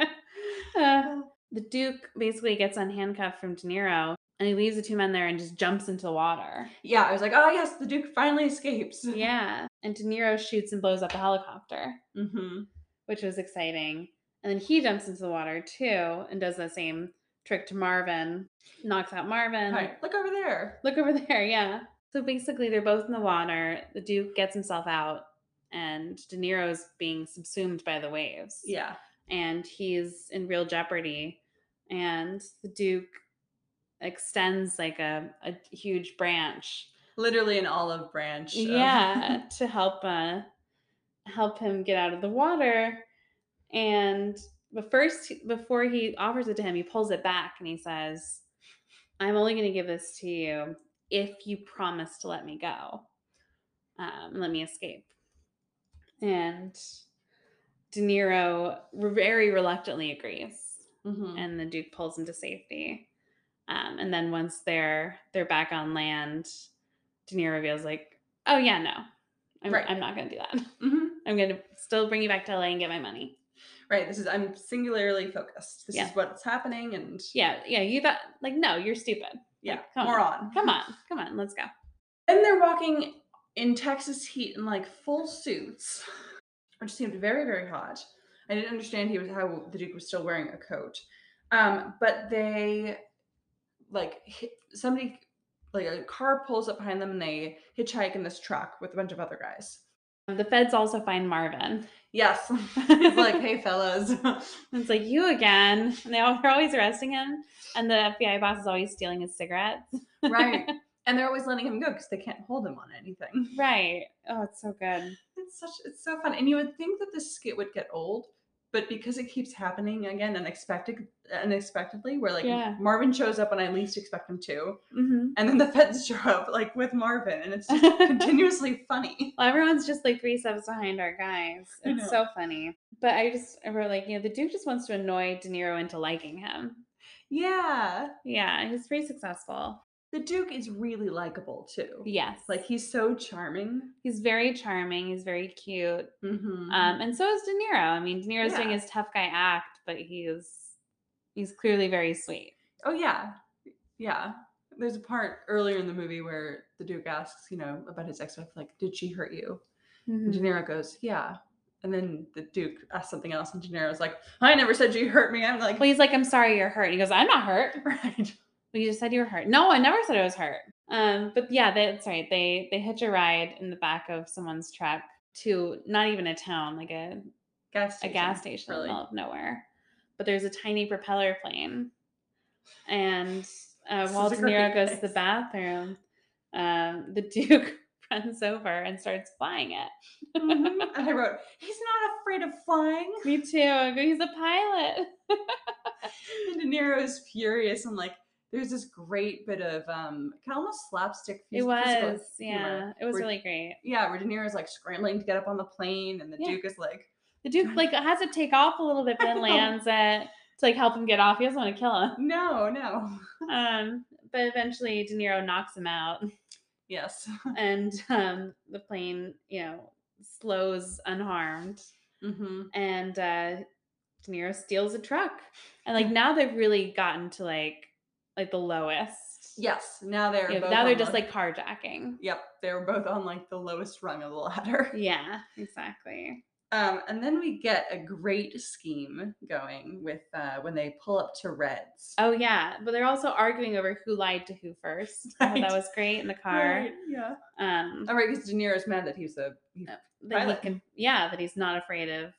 Speaker 2: Uh, the duke basically gets unhandcuffed from de niro and he leaves the two men there and just jumps into the water
Speaker 1: yeah, I was like, oh, yes, the Duke finally escapes.
Speaker 2: yeah and de niro shoots and blows up the helicopter
Speaker 1: Mm-hmm.
Speaker 2: which was exciting and then he jumps into the water too and does the same trick to marvin knocks out marvin
Speaker 1: All right, look over there.
Speaker 2: Look over [laughs] there, yeah. So basically, they're both in the water. The Duke gets himself out, and De Niro's being subsumed by the waves.
Speaker 1: Yeah.
Speaker 2: And he's in real jeopardy. and the Duke extends like a, a huge branch.
Speaker 1: Literally an olive branch. of-
Speaker 2: Yeah, [laughs] to help uh help him get out of the water. And but first he- before he offers it to him, he pulls it back and he says, I'm only gonna give this to you if you promise to let me go. Um, and let me escape. And De Niro re- very reluctantly agrees
Speaker 1: Mhm.
Speaker 2: and the Duke pulls him to safety. Um, and then once they're they're back on land, De Niro reveals like, "Oh yeah, no, I'm
Speaker 1: Right.
Speaker 2: I'm not gonna do that. [laughs]
Speaker 1: Mhm.
Speaker 2: I'm gonna still bring you back to LA and get my money."
Speaker 1: Right. This is I'm singularly focused. This
Speaker 2: Yeah.
Speaker 1: is what's happening, and
Speaker 2: Yeah, yeah. You thought like, no, you're stupid.
Speaker 1: yeah,
Speaker 2: come
Speaker 1: we're on.
Speaker 2: Come on, come on, let's go.
Speaker 1: Then they're walking in Texas heat in like full suits, which seemed very, very hot. I didn't understand he was how the Duke was still wearing a coat. Um, but they like hit, somebody like a car pulls up behind them and they hitchhike in this truck with a bunch of other guys.
Speaker 2: The feds also find Marvin.
Speaker 1: Yes. [laughs] He's like,
Speaker 2: [laughs]
Speaker 1: hey fellas. [laughs]
Speaker 2: it's like you again. And they all, they're always arresting him, and the FBI boss is always stealing his cigarettes.
Speaker 1: right. And they're always letting him go because they can't hold him on anything.
Speaker 2: Right. Oh, it's so good.
Speaker 1: It's such it's so fun. And you would think that this skit would get old, but because it keeps happening again unexpected unexpectedly, where like
Speaker 2: Yeah.
Speaker 1: Marvin shows up when I least expect him to,
Speaker 2: hmm
Speaker 1: and then the feds [laughs] show up like with Marvin, and it's just continuously funny.
Speaker 2: Well, everyone's just like three steps behind our guys.
Speaker 1: I
Speaker 2: It's
Speaker 1: know.
Speaker 2: so funny. But I just I wrote like, you know, the Duke just wants to annoy De Niro into liking him.
Speaker 1: Yeah.
Speaker 2: Yeah, he's pretty successful.
Speaker 1: The Duke is really likable too.
Speaker 2: Yes.
Speaker 1: Like he's so charming.
Speaker 2: he's very charming, he's very cute.
Speaker 1: Mm-hmm.
Speaker 2: Um, and so is De Niro. I mean, De Niro's doing
Speaker 1: Yeah.
Speaker 2: his tough guy act, but he's he's clearly very sweet.
Speaker 1: oh yeah. Yeah. There's a part earlier in the movie where the Duke asks, you know, about his ex-wife, like, did she hurt you?
Speaker 2: Mm.
Speaker 1: And De Niro goes, Yeah. And then the Duke asks something else, and De Niro's like, I never said you hurt me. I'm like,
Speaker 2: Well, he's like, I'm sorry you're hurt. He goes, I'm not hurt.
Speaker 1: [laughs] right.
Speaker 2: Well, you just said you were hurt. No, I never said I was hurt. Um, but yeah, that's right. They they hitch a ride in the back of someone's truck to not even a town, like a
Speaker 1: Gas
Speaker 2: a
Speaker 1: station.
Speaker 2: gas station in
Speaker 1: really.
Speaker 2: the middle of nowhere. But there's a tiny propeller plane, and
Speaker 1: [laughs]
Speaker 2: uh,
Speaker 1: This
Speaker 2: while
Speaker 1: is a
Speaker 2: De Niro
Speaker 1: great
Speaker 2: goes to the
Speaker 1: place.
Speaker 2: bathroom, um, the [laughs] Duke runs over and starts
Speaker 1: [laughs]
Speaker 2: flying it.
Speaker 1: Mhm. [laughs] And I wrote, He's not afraid of flying.
Speaker 2: Me too. I go, He's a pilot.
Speaker 1: And De Niro is furious. And like, there's this great bit of um, kind of almost slapstick.
Speaker 2: It
Speaker 1: phys- physical
Speaker 2: was,
Speaker 1: humor.
Speaker 2: yeah, it was
Speaker 1: Where-
Speaker 2: really great.
Speaker 1: Yeah, where De Niro's like scrambling to get up on the plane, and the
Speaker 2: Yeah.
Speaker 1: Duke is like,
Speaker 2: The Duke like has to take off a little bit, but
Speaker 1: [laughs] I
Speaker 2: then
Speaker 1: know.
Speaker 2: lands it to like help him get off. He doesn't want to kill him. [laughs]
Speaker 1: No, no. [laughs]
Speaker 2: Um, but eventually De Niro knocks
Speaker 1: [laughs]
Speaker 2: him out,
Speaker 1: Yes.
Speaker 2: and um, the plane, you know, slows unharmed,
Speaker 1: hmm
Speaker 2: and uh, De Niro steals a truck, and like now they've really gotten to like like the lowest.
Speaker 1: Yes. Now they're
Speaker 2: You know,
Speaker 1: both
Speaker 2: now they're
Speaker 1: on
Speaker 2: just
Speaker 1: the-
Speaker 2: like carjacking.
Speaker 1: Yep, they were both on like the lowest rung of the ladder.
Speaker 2: Yeah, exactly.
Speaker 1: Um, and then we get a great scheme going with uh, when they pull up to Reds.
Speaker 2: Oh yeah, but they're also arguing over who lied to who first. I thought
Speaker 1: Right.
Speaker 2: that was great in the car.
Speaker 1: Right, yeah.
Speaker 2: Um,
Speaker 1: All right, because De Niro's mad that he's a. he-
Speaker 2: Uh, that he
Speaker 1: Pilot.
Speaker 2: can yeah that he's not afraid of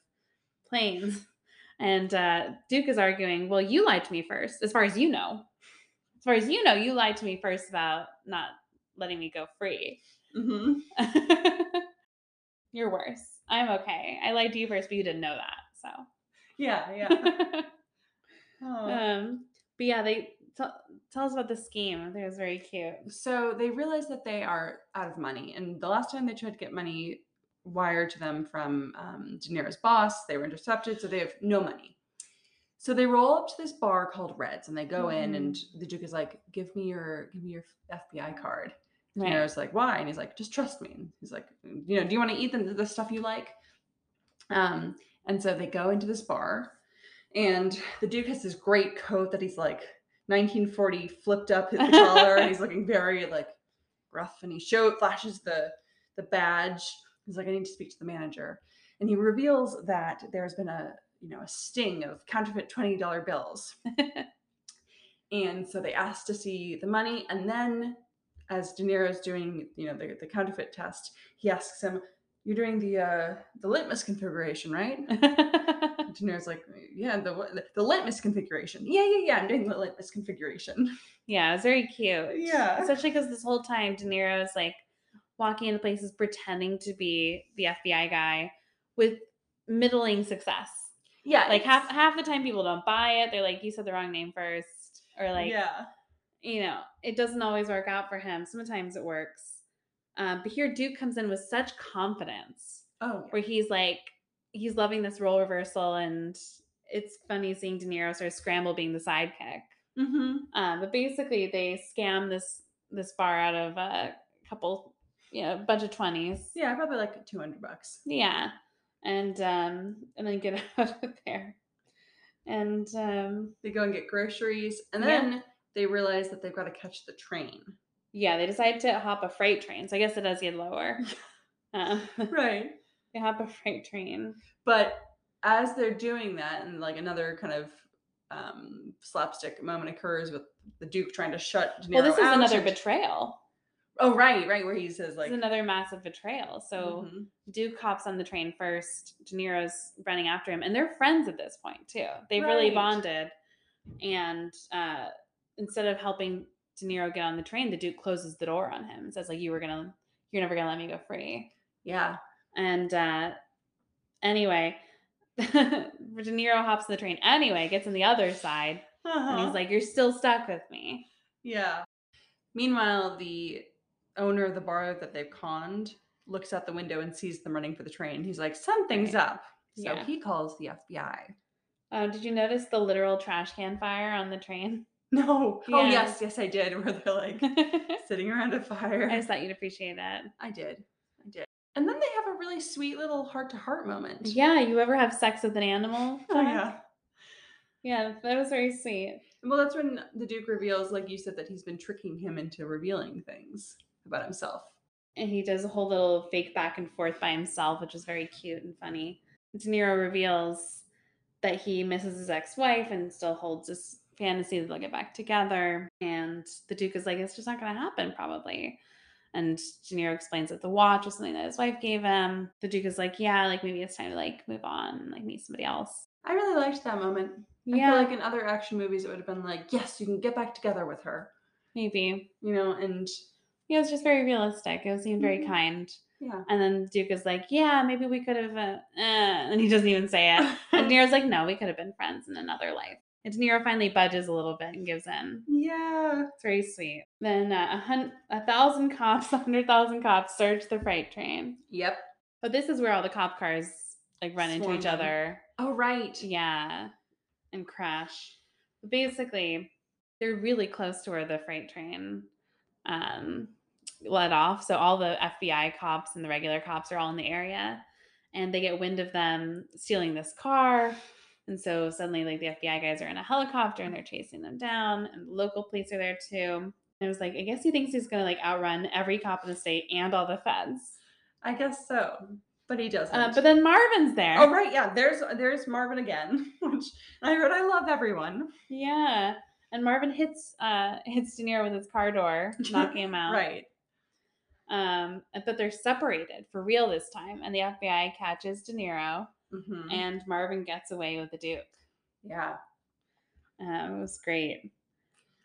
Speaker 2: planes [laughs] and uh, duke is arguing well you lied to me first as far as you know as far as you know you lied to me first about not letting me go free [laughs]
Speaker 1: Mhm.
Speaker 2: you're worse i'm okay i lied to you first but you didn't know that
Speaker 1: Yeah, yeah.
Speaker 2: [laughs] so
Speaker 1: Oh.
Speaker 2: um but yeah they tell tell us about the scheme i think it was very cute
Speaker 1: so they realize that they are out of money, and the last time they tried to get money wired to them from um, De Niro's boss, they were intercepted, so they have no money. So they roll up to this bar called Reds, and they go in,
Speaker 2: Mhm.
Speaker 1: and the Duke is like, "Give me your, give me your FBI card."
Speaker 2: right
Speaker 1: And I was like, why? And he's like, just trust me. And he's like, you know, do you want to eat the, the stuff you like? Um, and so they go into this bar, and the Duke has this great coat that he's like 1940 flipped up his collar, and he's looking very like rough. And he show flashes the the badge. He's like, I need to speak to the manager, and he reveals that there's been a you know a sting of counterfeit twenty dollar bills. [laughs] And so they asked to see the money. And then, as De Niro's doing, you know, the, the counterfeit test, he asks him, you're doing the uh the litmus configuration, right? [laughs]
Speaker 2: [laughs] yeah,
Speaker 1: And Daenerys like, yeah, the what- the- the litmus configuration. Yeah, yeah, yeah. I'm doing the litmus configuration. [laughs]
Speaker 2: it was very cute.
Speaker 1: Yeah.
Speaker 2: Especially because this whole time De Niro's like walking into places pretending to be the FBI guy with middling success.
Speaker 1: Yeah,
Speaker 2: Like half
Speaker 1: it's-
Speaker 2: half the time people don't buy it. They're like, you said the wrong name first. Or like
Speaker 1: yeah,
Speaker 2: you know, it doesn't always work out for him. Sometimes it works. Um, but here Duke comes in with such confidence
Speaker 1: oh, yeah.
Speaker 2: where he's like, he's loving this role reversal. And it's funny seeing De Niro sort of scramble being the sidekick.
Speaker 1: Mm-hmm.
Speaker 2: Um, but basically, they scam this this bar out of a couple, you know, a bunch of 20s.
Speaker 1: yeah, probably like two hundred bucks.
Speaker 2: Yeah. And um, and then get [laughs] out of there. And um,
Speaker 1: They go and get groceries, and
Speaker 2: Yeah.
Speaker 1: then they realize that they've got to catch the train.
Speaker 2: yeah, they decide to hop a freight train. So I guess it does
Speaker 1: [laughs]
Speaker 2: get lower. Um, [laughs]
Speaker 1: Right.
Speaker 2: They hop a freight train.
Speaker 1: But as they're doing that, and like another kind of um, slapstick moment occurs with the Duke trying to shut. De
Speaker 2: well,
Speaker 1: Niro
Speaker 2: this is
Speaker 1: out
Speaker 2: another
Speaker 1: and-
Speaker 2: betrayal.
Speaker 1: Oh, right, right, where he says like
Speaker 2: this is another massive betrayal. So
Speaker 1: mhm.
Speaker 2: Duke hops on the train first. De Niro's running after him, and they're friends at this point too. They've really
Speaker 1: Right.
Speaker 2: bonded. And uh, instead of helping De Niro get on the train, the Duke closes the door on him and says, "Like you were gonna, you're never gonna let me go free."
Speaker 1: yeah,
Speaker 2: And uh, anyway, [laughs] De Niro hops on the train anyway, gets on the other side, and
Speaker 1: Uh-huh.
Speaker 2: he's like, "You're still stuck with me."
Speaker 1: yeah. Meanwhile, the owner of the bar that they've conned looks out the window and sees them running for the train. He's like, something's
Speaker 2: Right.
Speaker 1: up. So
Speaker 2: Yeah.
Speaker 1: he calls the FBI.
Speaker 2: Uh, did you notice the literal trash can fire on the train?
Speaker 1: [laughs]
Speaker 2: [laughs]
Speaker 1: No. Oh
Speaker 2: Yeah.
Speaker 1: yes, yes, I did. [laughs] Where they're like
Speaker 2: I
Speaker 1: sitting around a fire.
Speaker 2: just thought you'd appreciate that.
Speaker 1: I did. I did. And then they have a really sweet little heart to heart moment.
Speaker 2: Yeah, you ever have sex with an animal?
Speaker 1: Oh,
Speaker 2: Todd?
Speaker 1: yeah.
Speaker 2: Yeah, that was very sweet.
Speaker 1: Well, that's when the Duke reveals, like you said, that he's been tricking him into revealing things about himself.
Speaker 2: And he does a whole little fake back and forth by himself, which is very cute and funny. De Niro reveals that he misses his ex wife and still holds this fantasy that they'll get back together. And the Duke is like, it's just not going to happen, probably. And De Niro explains that the watch was something that his wife gave him. The Duke is like, yeah, like maybe it's time to like move on and like meet somebody else.
Speaker 1: I really liked that moment. I
Speaker 2: Yeah,
Speaker 1: feel like in other action movies, it would have been like, yes, you can get back together with her,
Speaker 2: maybe.
Speaker 1: you know, and
Speaker 2: Yeah, it was just very realistic. It seemed very
Speaker 1: Mhm.
Speaker 2: kind.
Speaker 1: yeah.
Speaker 2: And then Duke is like, "Yeah, maybe we could have," uh, uh, and he doesn't even say
Speaker 1: [laughs]
Speaker 2: it. And De Niro's like, "No, we could have been friends in another life." And De Niro finally budges a little bit and gives in.
Speaker 1: yeah.
Speaker 2: It's very sweet. Then uh, a hun- a thousand cops, [laughs] a hundred thousand cops search the freight train.
Speaker 1: Yep.
Speaker 2: But this is where all the cop cars like run into each
Speaker 1: Swarm them.
Speaker 2: other,
Speaker 1: Oh, right.
Speaker 2: yeah, and crash. But basically, they're really close to where the freight train um, let off. So all the FBI cops and the regular cops are all in the area, and they get wind of them stealing this car. And so suddenly, like the FBI guys are in a helicopter and they're chasing them down, and the local police are there too. And it was like, I guess he thinks he's gonna like outrun every cop in the state and all the feds.
Speaker 1: I guess so. But he doesn't.
Speaker 2: Uh, but then Marvin's there.
Speaker 1: Oh right, yeah. There's there's Marvin again, [laughs] which I wrote. I love everyone.
Speaker 2: Yeah. And Marvin hits uh [laughs] hits De Niro with his car door, knocking him out.
Speaker 1: Right.
Speaker 2: Um, but they're separated for real this time, and the FBI catches De Niro,
Speaker 1: Mhm.
Speaker 2: and Marvin gets away with the Duke.
Speaker 1: Yeah.
Speaker 2: Um, it was great.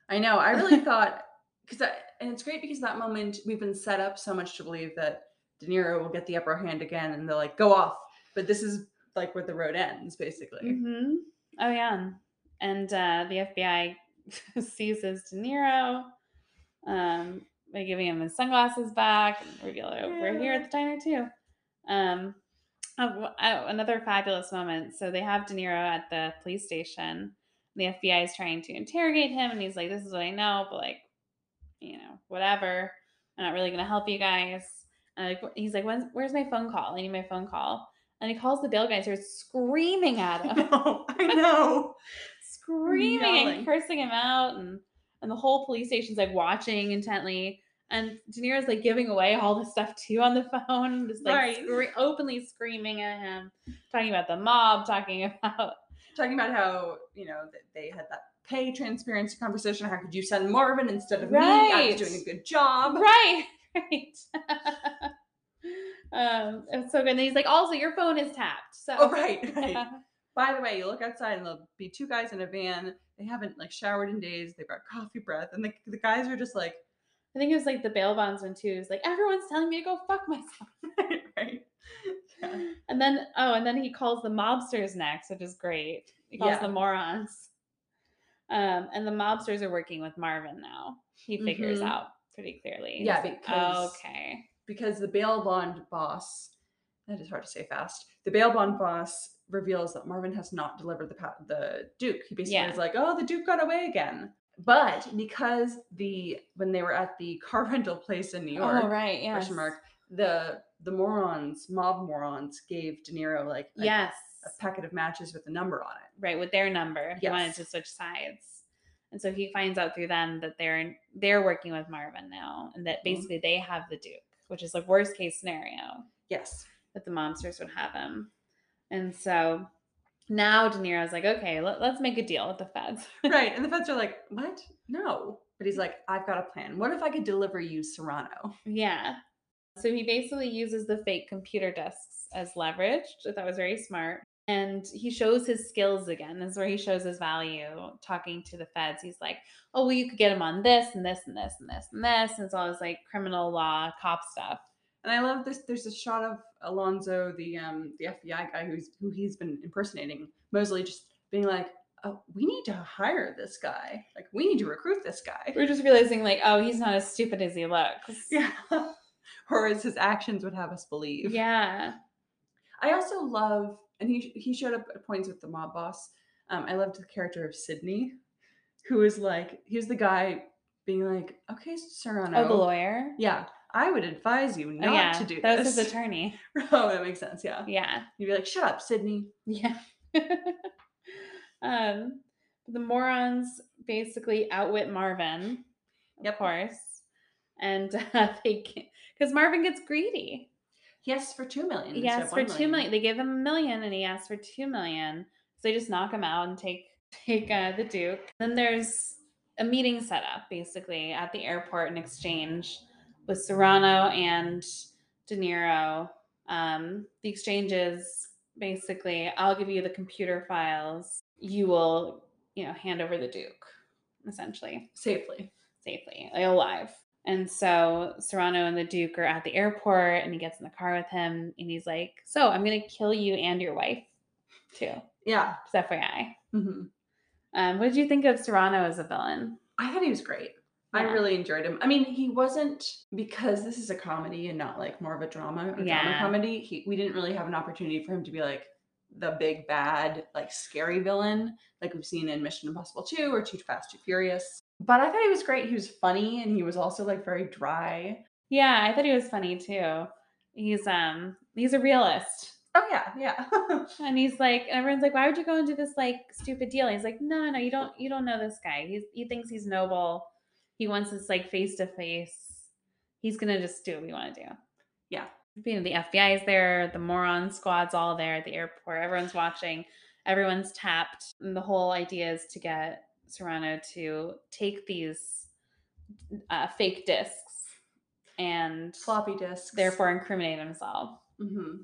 Speaker 1: I know. I really thought because and it's great because that moment we've been set up so much to believe that De Niro will get the upper hand again, and they're like, go off. But this is like where the road ends, basically.
Speaker 2: hmm Oh yeah. And uh, the FBI [laughs] seizes De Niro um, by giving him his sunglasses back. and Reveal that we're here
Speaker 1: Yeah.
Speaker 2: at the diner too. Um, oh, w- oh, another fabulous moment. So they have De Niro at the police station. The FBI is trying to interrogate him, and he's like, "This is what I know, but like, you know, whatever. I'm not really gonna help you guys." And like, he's like, When's, "Where's my phone call? I need my phone call." And he calls the bail guy and starts screaming at
Speaker 1: I
Speaker 2: him
Speaker 1: know. [laughs] I know.
Speaker 2: screaming
Speaker 1: yelling.
Speaker 2: and cursing him out and and the whole police station's like watching intently and De Niro's like giving away all this stuff too on the [laughs] phone, just like
Speaker 1: Right.
Speaker 2: scre- openly screaming at him, talking about the mob, talking about [laughs]
Speaker 1: Talking about how you know that they had that pay transparency conversation. How could you send Marvin instead of me? I
Speaker 2: Right.
Speaker 1: was doing a good job.
Speaker 2: right, right. [laughs] Um, it was so good. And he's like, also, your phone is tapped. So,
Speaker 1: [laughs] Oh, right,
Speaker 2: [laughs]
Speaker 1: right. By the way, you look outside and there'll be two guys in a van. They haven't like showered in days. They brought coffee breath, and the, the guys are just like, [laughs]
Speaker 2: I think it was like the bail bondsman too. He's like, everyone's telling me to go fuck myself.
Speaker 1: right? Yeah.
Speaker 2: And then, oh, and then he calls the mobsters next, which is great. He calls
Speaker 1: Yeah.
Speaker 2: the morons. Um, and the mobsters are working with Marvin now. He figures
Speaker 1: Mhm.
Speaker 2: out pretty clearly. He's
Speaker 1: Yeah,
Speaker 2: like,
Speaker 1: because-
Speaker 2: okay.
Speaker 1: Because the bail bond boss, that is hard to say fast. The bail bond boss reveals that Marvin has not delivered the pa- the Duke. He basically
Speaker 2: Yeah.
Speaker 1: is like, oh, the Duke got away again. But because the when they were at the [laughs] car rental place in New York,
Speaker 2: Oh, right. Yeah.
Speaker 1: question mark, the the morons, mob morons, gave De Niro like a-
Speaker 2: Yes.
Speaker 1: a packet of matches with a number on it.
Speaker 2: right with their number he wanted
Speaker 1: Yes.
Speaker 2: to switch sides and so he finds out through them that they're they're working with marvin now and that
Speaker 1: Mhm.
Speaker 2: basically they have the duke which is like worst case scenario
Speaker 1: Yes.
Speaker 2: that the monsters would have him and so now de niro's like okay let, us make a deal with the feds [laughs]
Speaker 1: right. And the feds are like, what? No. But he's like, I've got a plan. What if I could deliver you Serrano?
Speaker 2: yeah so he basically uses the fake computer disks as leverage which i thought was very smart and he shows his skills again this is where he shows his value talking to the feds he's like oh well you could get him on this and this and this and this and this and it's all this like criminal law cop stuff
Speaker 1: And I love this. There's a shot of Alonzo, the um, the FBI guy who's who he's been impersonating, Mosley, just being like, oh, we need to hire this guy. Like, we need to recruit this guy.
Speaker 2: we're just realizing like oh he's not as stupid as he looks
Speaker 1: [laughs] Yeah. or as his actions would have us believe.
Speaker 2: yeah
Speaker 1: I also love, and he he showed up at points with the mob boss. Um, I loved the character of Sydney, who is like he was the guy being like, "Okay, Serrano,
Speaker 2: oh the lawyer
Speaker 1: yeah, I would advise you
Speaker 2: Oh,
Speaker 1: not
Speaker 2: yeah
Speaker 1: to do
Speaker 2: that was
Speaker 1: this."
Speaker 2: his attorney
Speaker 1: [laughs] oh, that makes sense. Yeah,
Speaker 2: yeah
Speaker 1: you'd be like, "Shut up, Sydney."
Speaker 2: Yeah. [laughs] um, the morons basically outwit Marvin, of
Speaker 1: Yep.
Speaker 2: course, and [laughs] uh, they because Marvin gets greedy.
Speaker 1: Yes, for two million.
Speaker 2: He
Speaker 1: instead of
Speaker 2: asks for
Speaker 1: one
Speaker 2: two million. They give him a million, and he asks for two million. So they just knock him out and take [laughs] take uh, the Duke. Then there's a meeting set up basically at the airport in exchange with Serrano and De Niro. Um, the exchange is basically I'll give you the computer files. You will, you know, hand over the Duke essentially
Speaker 1: safely.
Speaker 2: safely, like alive. And so Serrano and the Duke are at the airport, and he gets in the car with him, and he's like, "So I'm gonna kill you and your wife, too."
Speaker 1: Yeah.
Speaker 2: Just FYI.
Speaker 1: hmm
Speaker 2: Um, what did you think of Serrano as a villain?
Speaker 1: I thought he was great. I
Speaker 2: Yeah.
Speaker 1: really enjoyed him. I mean, he wasn't because this is a comedy and not like more of a drama or drama
Speaker 2: Yeah.
Speaker 1: comedy. He, we didn't really have an opportunity for him to be like the big bad, like scary villain, like we've seen in Mission Impossible 2 or Too Fast, Too Furious. But I thought he was great. He was funny and he was also like very dry.
Speaker 2: Yeah, I thought he was funny too. He's um he's a realist,
Speaker 1: Oh, yeah, yeah. [laughs]
Speaker 2: and he's like, and everyone's like, "Why would you go and do this like stupid deal?" And he's like, "No, no, no, you don't, you don't know this guy. He's, he thinks he's noble. He wants this like face to face. He's gonna just do what we want to do."
Speaker 1: Yeah.
Speaker 2: you know, the FBI is there, the moron squad's all there at the airport. Everyone's watching, everyone's tapped. And the whole idea is to get Serrano to take these uh, fake discs and
Speaker 1: Floppy disks.
Speaker 2: therefore incriminate himself.
Speaker 1: hmm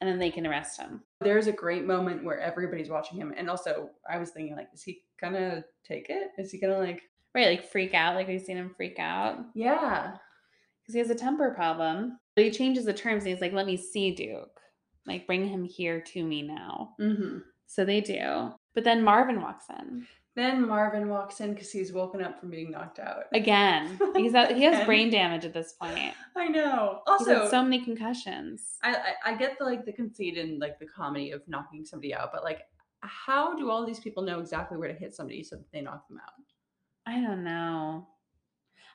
Speaker 2: And then they can arrest him.
Speaker 1: there's a great moment where everybody's watching him. And also, I was thinking, like, is he gonna take it? Is he gonna, like,
Speaker 2: Right, like freak out, like we've seen him freak out
Speaker 1: yeah,
Speaker 2: because he has a temper problem. But he changes the terms and he's like, let me see Duke. Like, bring him here to me now.
Speaker 1: mm-hmm.
Speaker 2: So they do. But then Marvin walks in.
Speaker 1: Then Marvin walks in because he's woken up from being knocked out. [laughs]
Speaker 2: Again, he's at, he has
Speaker 1: Again.
Speaker 2: brain damage at this point.
Speaker 1: I know.
Speaker 2: He's had
Speaker 1: Also,
Speaker 2: so many concussions.
Speaker 1: I, I I get the like the conceit and like the comedy of knocking somebody out, but like, how do all these people know exactly where to hit somebody so that they knock them
Speaker 2: [laughs]
Speaker 1: out?
Speaker 2: I don't know.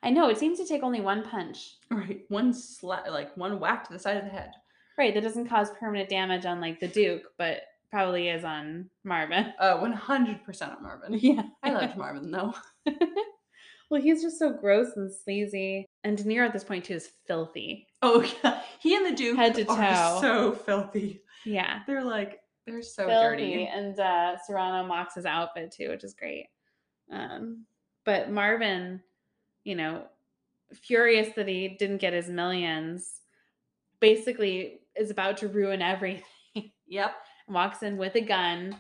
Speaker 2: I know it seems to take only one punch,
Speaker 1: Right, one slap, like one whack to the side of the head.
Speaker 2: right? That doesn't cause permanent damage on like the Duke, but probably is on Marvin. [laughs]
Speaker 1: Uh, one hundred percent on Marvin.
Speaker 2: Yeah,
Speaker 1: I loved Marvin
Speaker 2: [laughs]
Speaker 1: though.
Speaker 2: well, he's just so gross and sleazy, and De Niro at this point too is filthy.
Speaker 1: Oh yeah, he and the Duke
Speaker 2: Head to
Speaker 1: are
Speaker 2: toe.
Speaker 1: so filthy.
Speaker 2: Yeah,
Speaker 1: They're like they're so
Speaker 2: filthy,
Speaker 1: dirty.
Speaker 2: and uh, Serrano mocks his outfit too, which is great. Um, but Marvin, you know, furious that he didn't get his millions, basically is about to ruin everything.
Speaker 1: Yep.
Speaker 2: Walks in with a gun,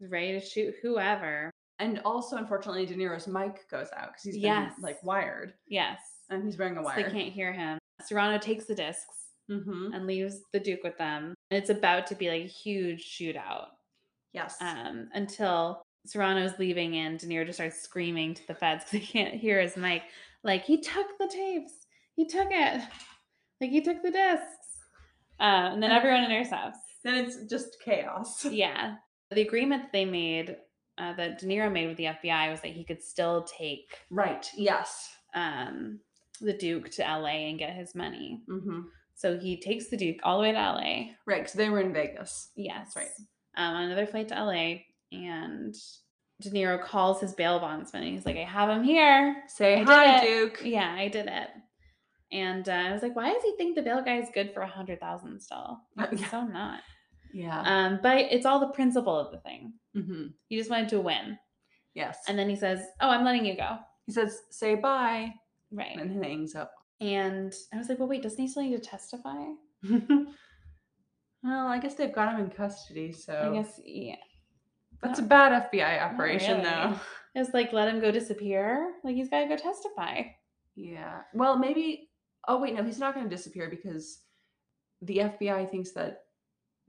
Speaker 2: ready to shoot whoever.
Speaker 1: And also, unfortunately, De Niro's mic goes out because he's been,
Speaker 2: Yes.
Speaker 1: like wired
Speaker 2: Yes.
Speaker 1: and he's wearing a
Speaker 2: So they
Speaker 1: wire.
Speaker 2: can't hear him. Serrano takes the discs
Speaker 1: hmm
Speaker 2: and leaves the Duke with them. And it's about to be like a huge shootout
Speaker 1: Yes.
Speaker 2: um, until Serrano's leaving and De Niro just starts screaming to the feds because they can't hear his mic. Like, he took the tapes. He took it. Like, he took the discs. Uh, and then everyone intercepts.
Speaker 1: then it's just
Speaker 2: [laughs]
Speaker 1: chaos.
Speaker 2: yeah. The agreement that they made, uh, that De Niro made with the FBI, was that he could still take
Speaker 1: Right. Yes.
Speaker 2: um, the Duke to LA and get his money.
Speaker 1: hmm
Speaker 2: So he takes the Duke all the way to LA.
Speaker 1: Right. Because they were in Vegas.
Speaker 2: Yes.
Speaker 1: right.
Speaker 2: Um, on another flight to LA, and De Niro calls his bail bondsman. And he's like, I have him here.
Speaker 1: Say
Speaker 2: I did
Speaker 1: hi,
Speaker 2: it.
Speaker 1: Duke.
Speaker 2: Yeah, I did it. And uh, I was like, why does he think the bail guy is good for a hundred
Speaker 1: [laughs]
Speaker 2: thousand still?
Speaker 1: Uh,
Speaker 2: He's
Speaker 1: yeah.
Speaker 2: so not.
Speaker 1: Yeah.
Speaker 2: Um, but it's all the principle of the thing.
Speaker 1: hmm
Speaker 2: He just wanted to win.
Speaker 1: Yes.
Speaker 2: And then he says, Oh, I'm letting you go.
Speaker 1: he says, "Say bye,"
Speaker 2: Right.
Speaker 1: and then hangs up. [laughs]
Speaker 2: And I was like, Well, wait, doesn't he still need to testify?
Speaker 1: well, I guess they've got him in custody, so
Speaker 2: I guess, yeah.
Speaker 1: that's
Speaker 2: not-
Speaker 1: a bad FBI operation,
Speaker 2: really. [laughs]
Speaker 1: though.
Speaker 2: Just like let him go disappear. Like he's got to go testify.
Speaker 1: Yeah. Well, maybe. Oh wait, no, he's not going to disappear because the FBI thinks that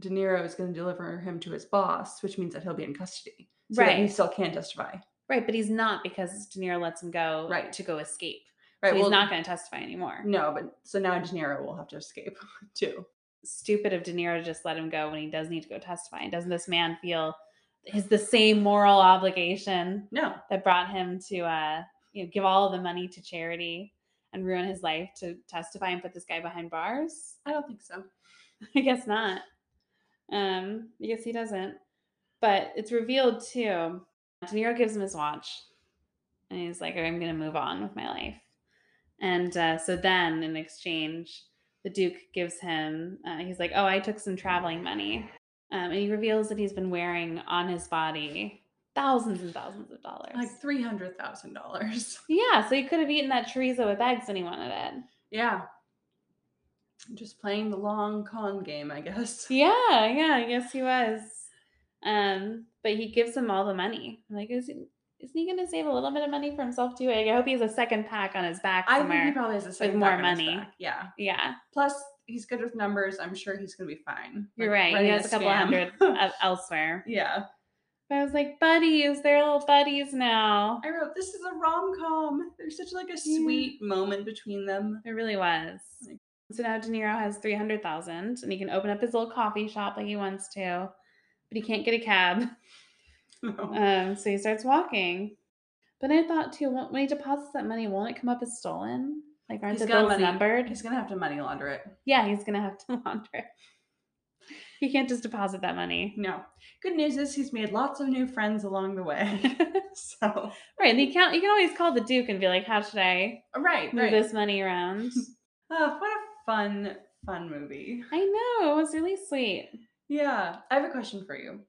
Speaker 1: De Niro is going to deliver him to his boss, which means that he'll be in custody. So that he
Speaker 2: Right.
Speaker 1: still can testify.
Speaker 2: Right, but he's not because De Niro lets him go
Speaker 1: Right.
Speaker 2: to go escape.
Speaker 1: Right.
Speaker 2: so he's
Speaker 1: well, Mm.
Speaker 2: not going to testify anymore.
Speaker 1: No, but so now De Niro will have to escape [laughs] too.
Speaker 2: Stupid of De Niro to just let him go when he does need to go testify. And doesn't this man feel his the same moral obligation
Speaker 1: No.
Speaker 2: that brought him to uh, you know give all the money to charity and ruin his life to testify and put this guy behind bars?
Speaker 1: I don't think so.
Speaker 2: [laughs] I guess not. Um, I guess he doesn't. But it's revealed too. De Niro gives him his watch, and he's like, "I'm going to move on with my life." And uh, so then, in exchange, the Duke gives him. Uh, he's like, "Oh, I took some traveling money," um, and he reveals that he's been wearing on his body thousands and thousands of dollars.
Speaker 1: Like three hundred thousand dollars. [laughs]
Speaker 2: yeah, so he could have eaten that chorizo with eggs when he wanted it.
Speaker 1: Yeah. Just playing the long con game, I [laughs] guess.
Speaker 2: Yeah, yeah, I guess he was. Um, but he gives him all the money. I'm like, is isn't he gonna save a little bit of money for himself too? Like, I hope he has a second pack on his back
Speaker 1: I think
Speaker 2: somewhere.
Speaker 1: he probably has a second
Speaker 2: more
Speaker 1: pack on his
Speaker 2: money.
Speaker 1: back, Yeah.
Speaker 2: yeah,
Speaker 1: Plus, he's good with numbers. I'm sure he's gonna be fine.
Speaker 2: you're
Speaker 1: Like,
Speaker 2: right. He
Speaker 1: running
Speaker 2: has a couple
Speaker 1: scam. [laughs]
Speaker 2: hundred of elsewhere.
Speaker 1: yeah.
Speaker 2: But I was like, buddies, they're little buddies now.
Speaker 1: I wrote this is a rom com. There's such like a sweet moment between them. [laughs]
Speaker 2: It really was.
Speaker 1: Like-
Speaker 2: So now De Niro has three hundred thousand, and he can open up his little coffee shop like he wants to, but he can't get a cab. Um, so he starts walking. But I thought too, when when he deposits that money, won't it come up as stolen? Like, aren't
Speaker 1: He's
Speaker 2: the
Speaker 1: got
Speaker 2: bills
Speaker 1: money.
Speaker 2: numbered?
Speaker 1: he's gonna have to money launder it.
Speaker 2: [laughs] Yeah, he's gonna have to [laughs] launder it. He can't just deposit that money,
Speaker 1: No. Good news is he's made lots of new friends along the
Speaker 2: [laughs]
Speaker 1: way. [laughs] so
Speaker 2: right? And he can you can always call the Duke and be like, "How should I
Speaker 1: right,
Speaker 2: move
Speaker 1: right.
Speaker 2: this money
Speaker 1: [laughs]
Speaker 2: around?"
Speaker 1: Ah, what a fun, fun movie.
Speaker 2: I know it was really sweet.
Speaker 1: Yeah. I have a question for you.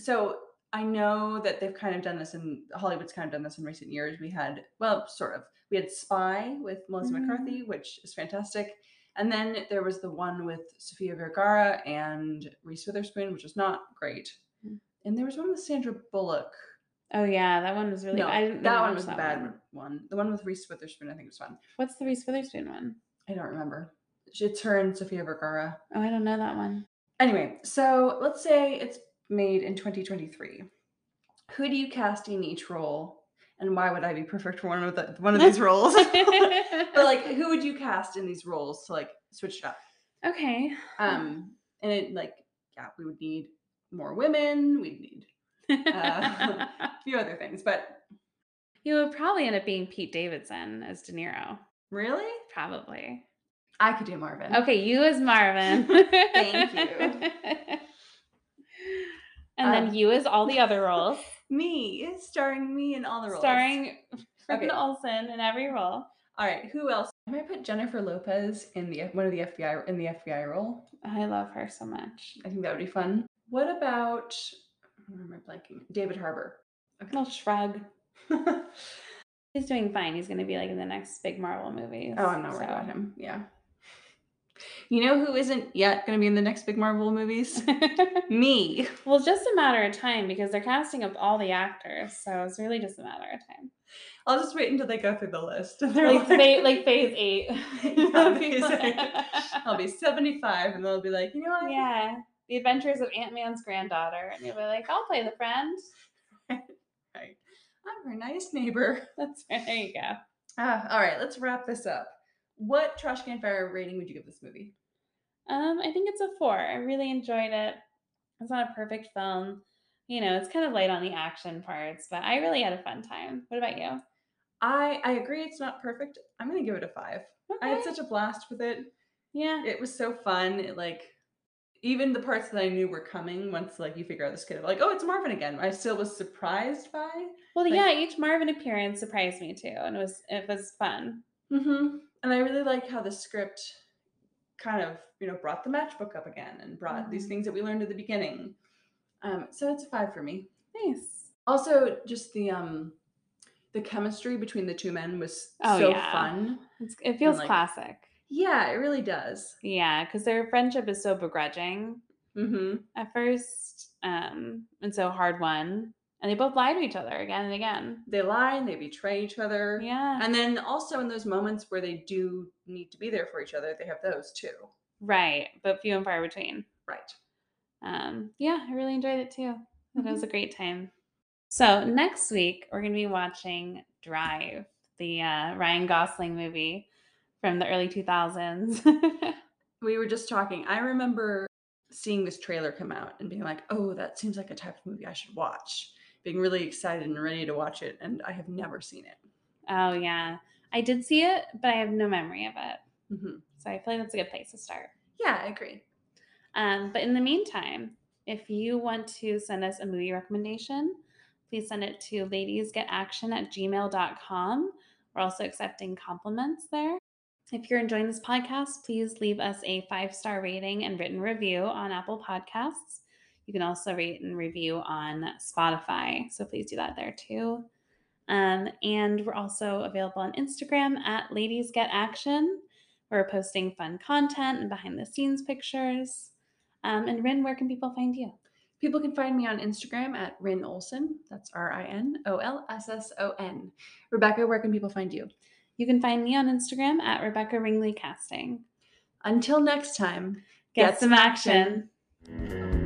Speaker 1: So I know that they've kind of done this in Hollywood's kind of done this in recent years. We had, well, sort of. We had Spy with Melissa
Speaker 2: Mhm.
Speaker 1: McCarthy, which is fantastic. And then there was the one with Sofia Vergara and Reese Witherspoon, which was not great.
Speaker 2: Mm.
Speaker 1: And there was one with Sandra Bullock.
Speaker 2: Oh yeah, that one was really.
Speaker 1: no,
Speaker 2: I didn't
Speaker 1: that
Speaker 2: really
Speaker 1: one
Speaker 2: watch
Speaker 1: was the bad one. The one with Reese Witherspoon, I think, was fun.
Speaker 2: What's the Reese Witherspoon one?
Speaker 1: I don't remember. It's her and Sofia Vergara.
Speaker 2: Oh, I don't know that one.
Speaker 1: Anyway, so let's say it's made in 2023. Who do you cast in each role, and why would I be perfect for one of the, one of
Speaker 2: [laughs]
Speaker 1: these roles? [laughs] but like, who would you cast in these roles to like switch it up?
Speaker 2: okay,
Speaker 1: Um, and it like, yeah, we would need more women. We'd need Uh, a few other things, but
Speaker 2: [laughs] He would probably end up being Pete Davidson as De Niro.
Speaker 1: really,
Speaker 2: Probably.
Speaker 1: I could do Marvin.
Speaker 2: Okay, you as Marvin.
Speaker 1: Mm-hmm. [laughs] Thank you.
Speaker 2: [laughs] And
Speaker 1: Um,
Speaker 2: then you as all
Speaker 1: [laughs]
Speaker 2: the other roles,
Speaker 1: me starring me in all the roles.
Speaker 2: starring
Speaker 1: Okay.
Speaker 2: Brendan Olsen in every role.
Speaker 1: All right, who else? I might put Jennifer Lopez in the one of the FBI in the FBI role.
Speaker 2: I love her so much.
Speaker 1: I think that would be fun. What about where am I blanking? David Harbour. [laughs]
Speaker 2: Little shrug.
Speaker 1: oh, Oh,
Speaker 2: He's doing fine. He's going to be like in the next big Marvel movies.
Speaker 1: I'm not worried
Speaker 2: so-
Speaker 1: about him. Yeah. You know who isn't yet going to be in the next big Marvel movies? [laughs] Me.
Speaker 2: [laughs] well, just a matter of time because they're casting up all the actors, so it's really just a matter of time.
Speaker 1: I'll just wait until they go through the list. [laughs] and they're
Speaker 2: Like, fa- like phase eight.
Speaker 1: [laughs] Yeah, phase eight.
Speaker 2: [laughs]
Speaker 1: I'll be 75 and they'll be like, you know what?
Speaker 2: yeah, the adventures of Ant Man's granddaughter, and you'll be like, I'll play the friend.
Speaker 1: Right. I'm her nice neighbor. [laughs]
Speaker 2: That's right. There you go.
Speaker 1: Ah, all right, let's wrap this up. What trash can fire rating would you give this movie?
Speaker 2: Um, I think it's a four. I really enjoyed it. It's not a perfect film. You know, it's kind of light on the action parts, but I really had a fun time. What about you?
Speaker 1: I I agree it's not perfect. I'm gonna give it a five. I had
Speaker 2: Okay.
Speaker 1: such a blast with it.
Speaker 2: yeah.
Speaker 1: It was so fun. It like even the parts that I knew were coming once like you figure out this kid like, oh it's Marvin again. I still was surprised by.
Speaker 2: Well,
Speaker 1: like-
Speaker 2: yeah, each Marvin appearance surprised me too, and it was it was fun.
Speaker 1: Mm-hmm. And I really liked how the script kind of, you know, brought the matchbook up again and brought these
Speaker 2: Mhm.
Speaker 1: things that we learned at the beginning. Um, so it's a five for me.
Speaker 2: Nice.
Speaker 1: Also, just the um the chemistry between the two men was
Speaker 2: Oh,
Speaker 1: so
Speaker 2: yeah.
Speaker 1: fun.
Speaker 2: It's, it feels
Speaker 1: like-
Speaker 2: classic.
Speaker 1: Yeah, it really does.
Speaker 2: Yeah, because their friendship is so begrudging
Speaker 1: Mm-hmm.
Speaker 2: at first, um, and so hard won, and they both lie to each other again and again.
Speaker 1: They lie and they betray each other.
Speaker 2: Yeah.
Speaker 1: And then also in those moments where they do need to be there for each other, they have those too.
Speaker 2: Right, but few and far between.
Speaker 1: Right.
Speaker 2: Um, yeah, I really enjoyed it too. It was a great time. So next week we're gonna be watching Drive, the uh, Ryan Gosling movie from the early two thousands. [laughs]
Speaker 1: We were just talking. I remember seeing this trailer come out and being like, oh, that seems like a type of movie I should watch. Being really excited and ready to watch it, and I have never seen it.
Speaker 2: oh yeah, I did see it, but I have no memory of it.
Speaker 1: hmm
Speaker 2: So I feel like that's a good place to start.
Speaker 1: Yeah, I agree.
Speaker 2: Um, but in the meantime, if you want to send us a movie recommendation, please send it to ladiesgetaction at gmail.com. We're also accepting compliments there. If you're enjoying this podcast, please leave us a five star rating and written review on Apple Podcasts. You can also rate and review on Spotify. So please do that there too. Um, and we're also available on Instagram at ladiesgetaction. We're posting fun content and behind the scenes pictures. Um, and Rin, where can people find you?
Speaker 1: People can find me on Instagram at Rin Olson. That's R I N O L S S O N. Rebecca, where can people find you?
Speaker 2: You can find me on Instagram at Rebecca Ringley Casting.
Speaker 1: Until next time. Get
Speaker 2: Get, some
Speaker 1: some
Speaker 2: action.
Speaker 1: action.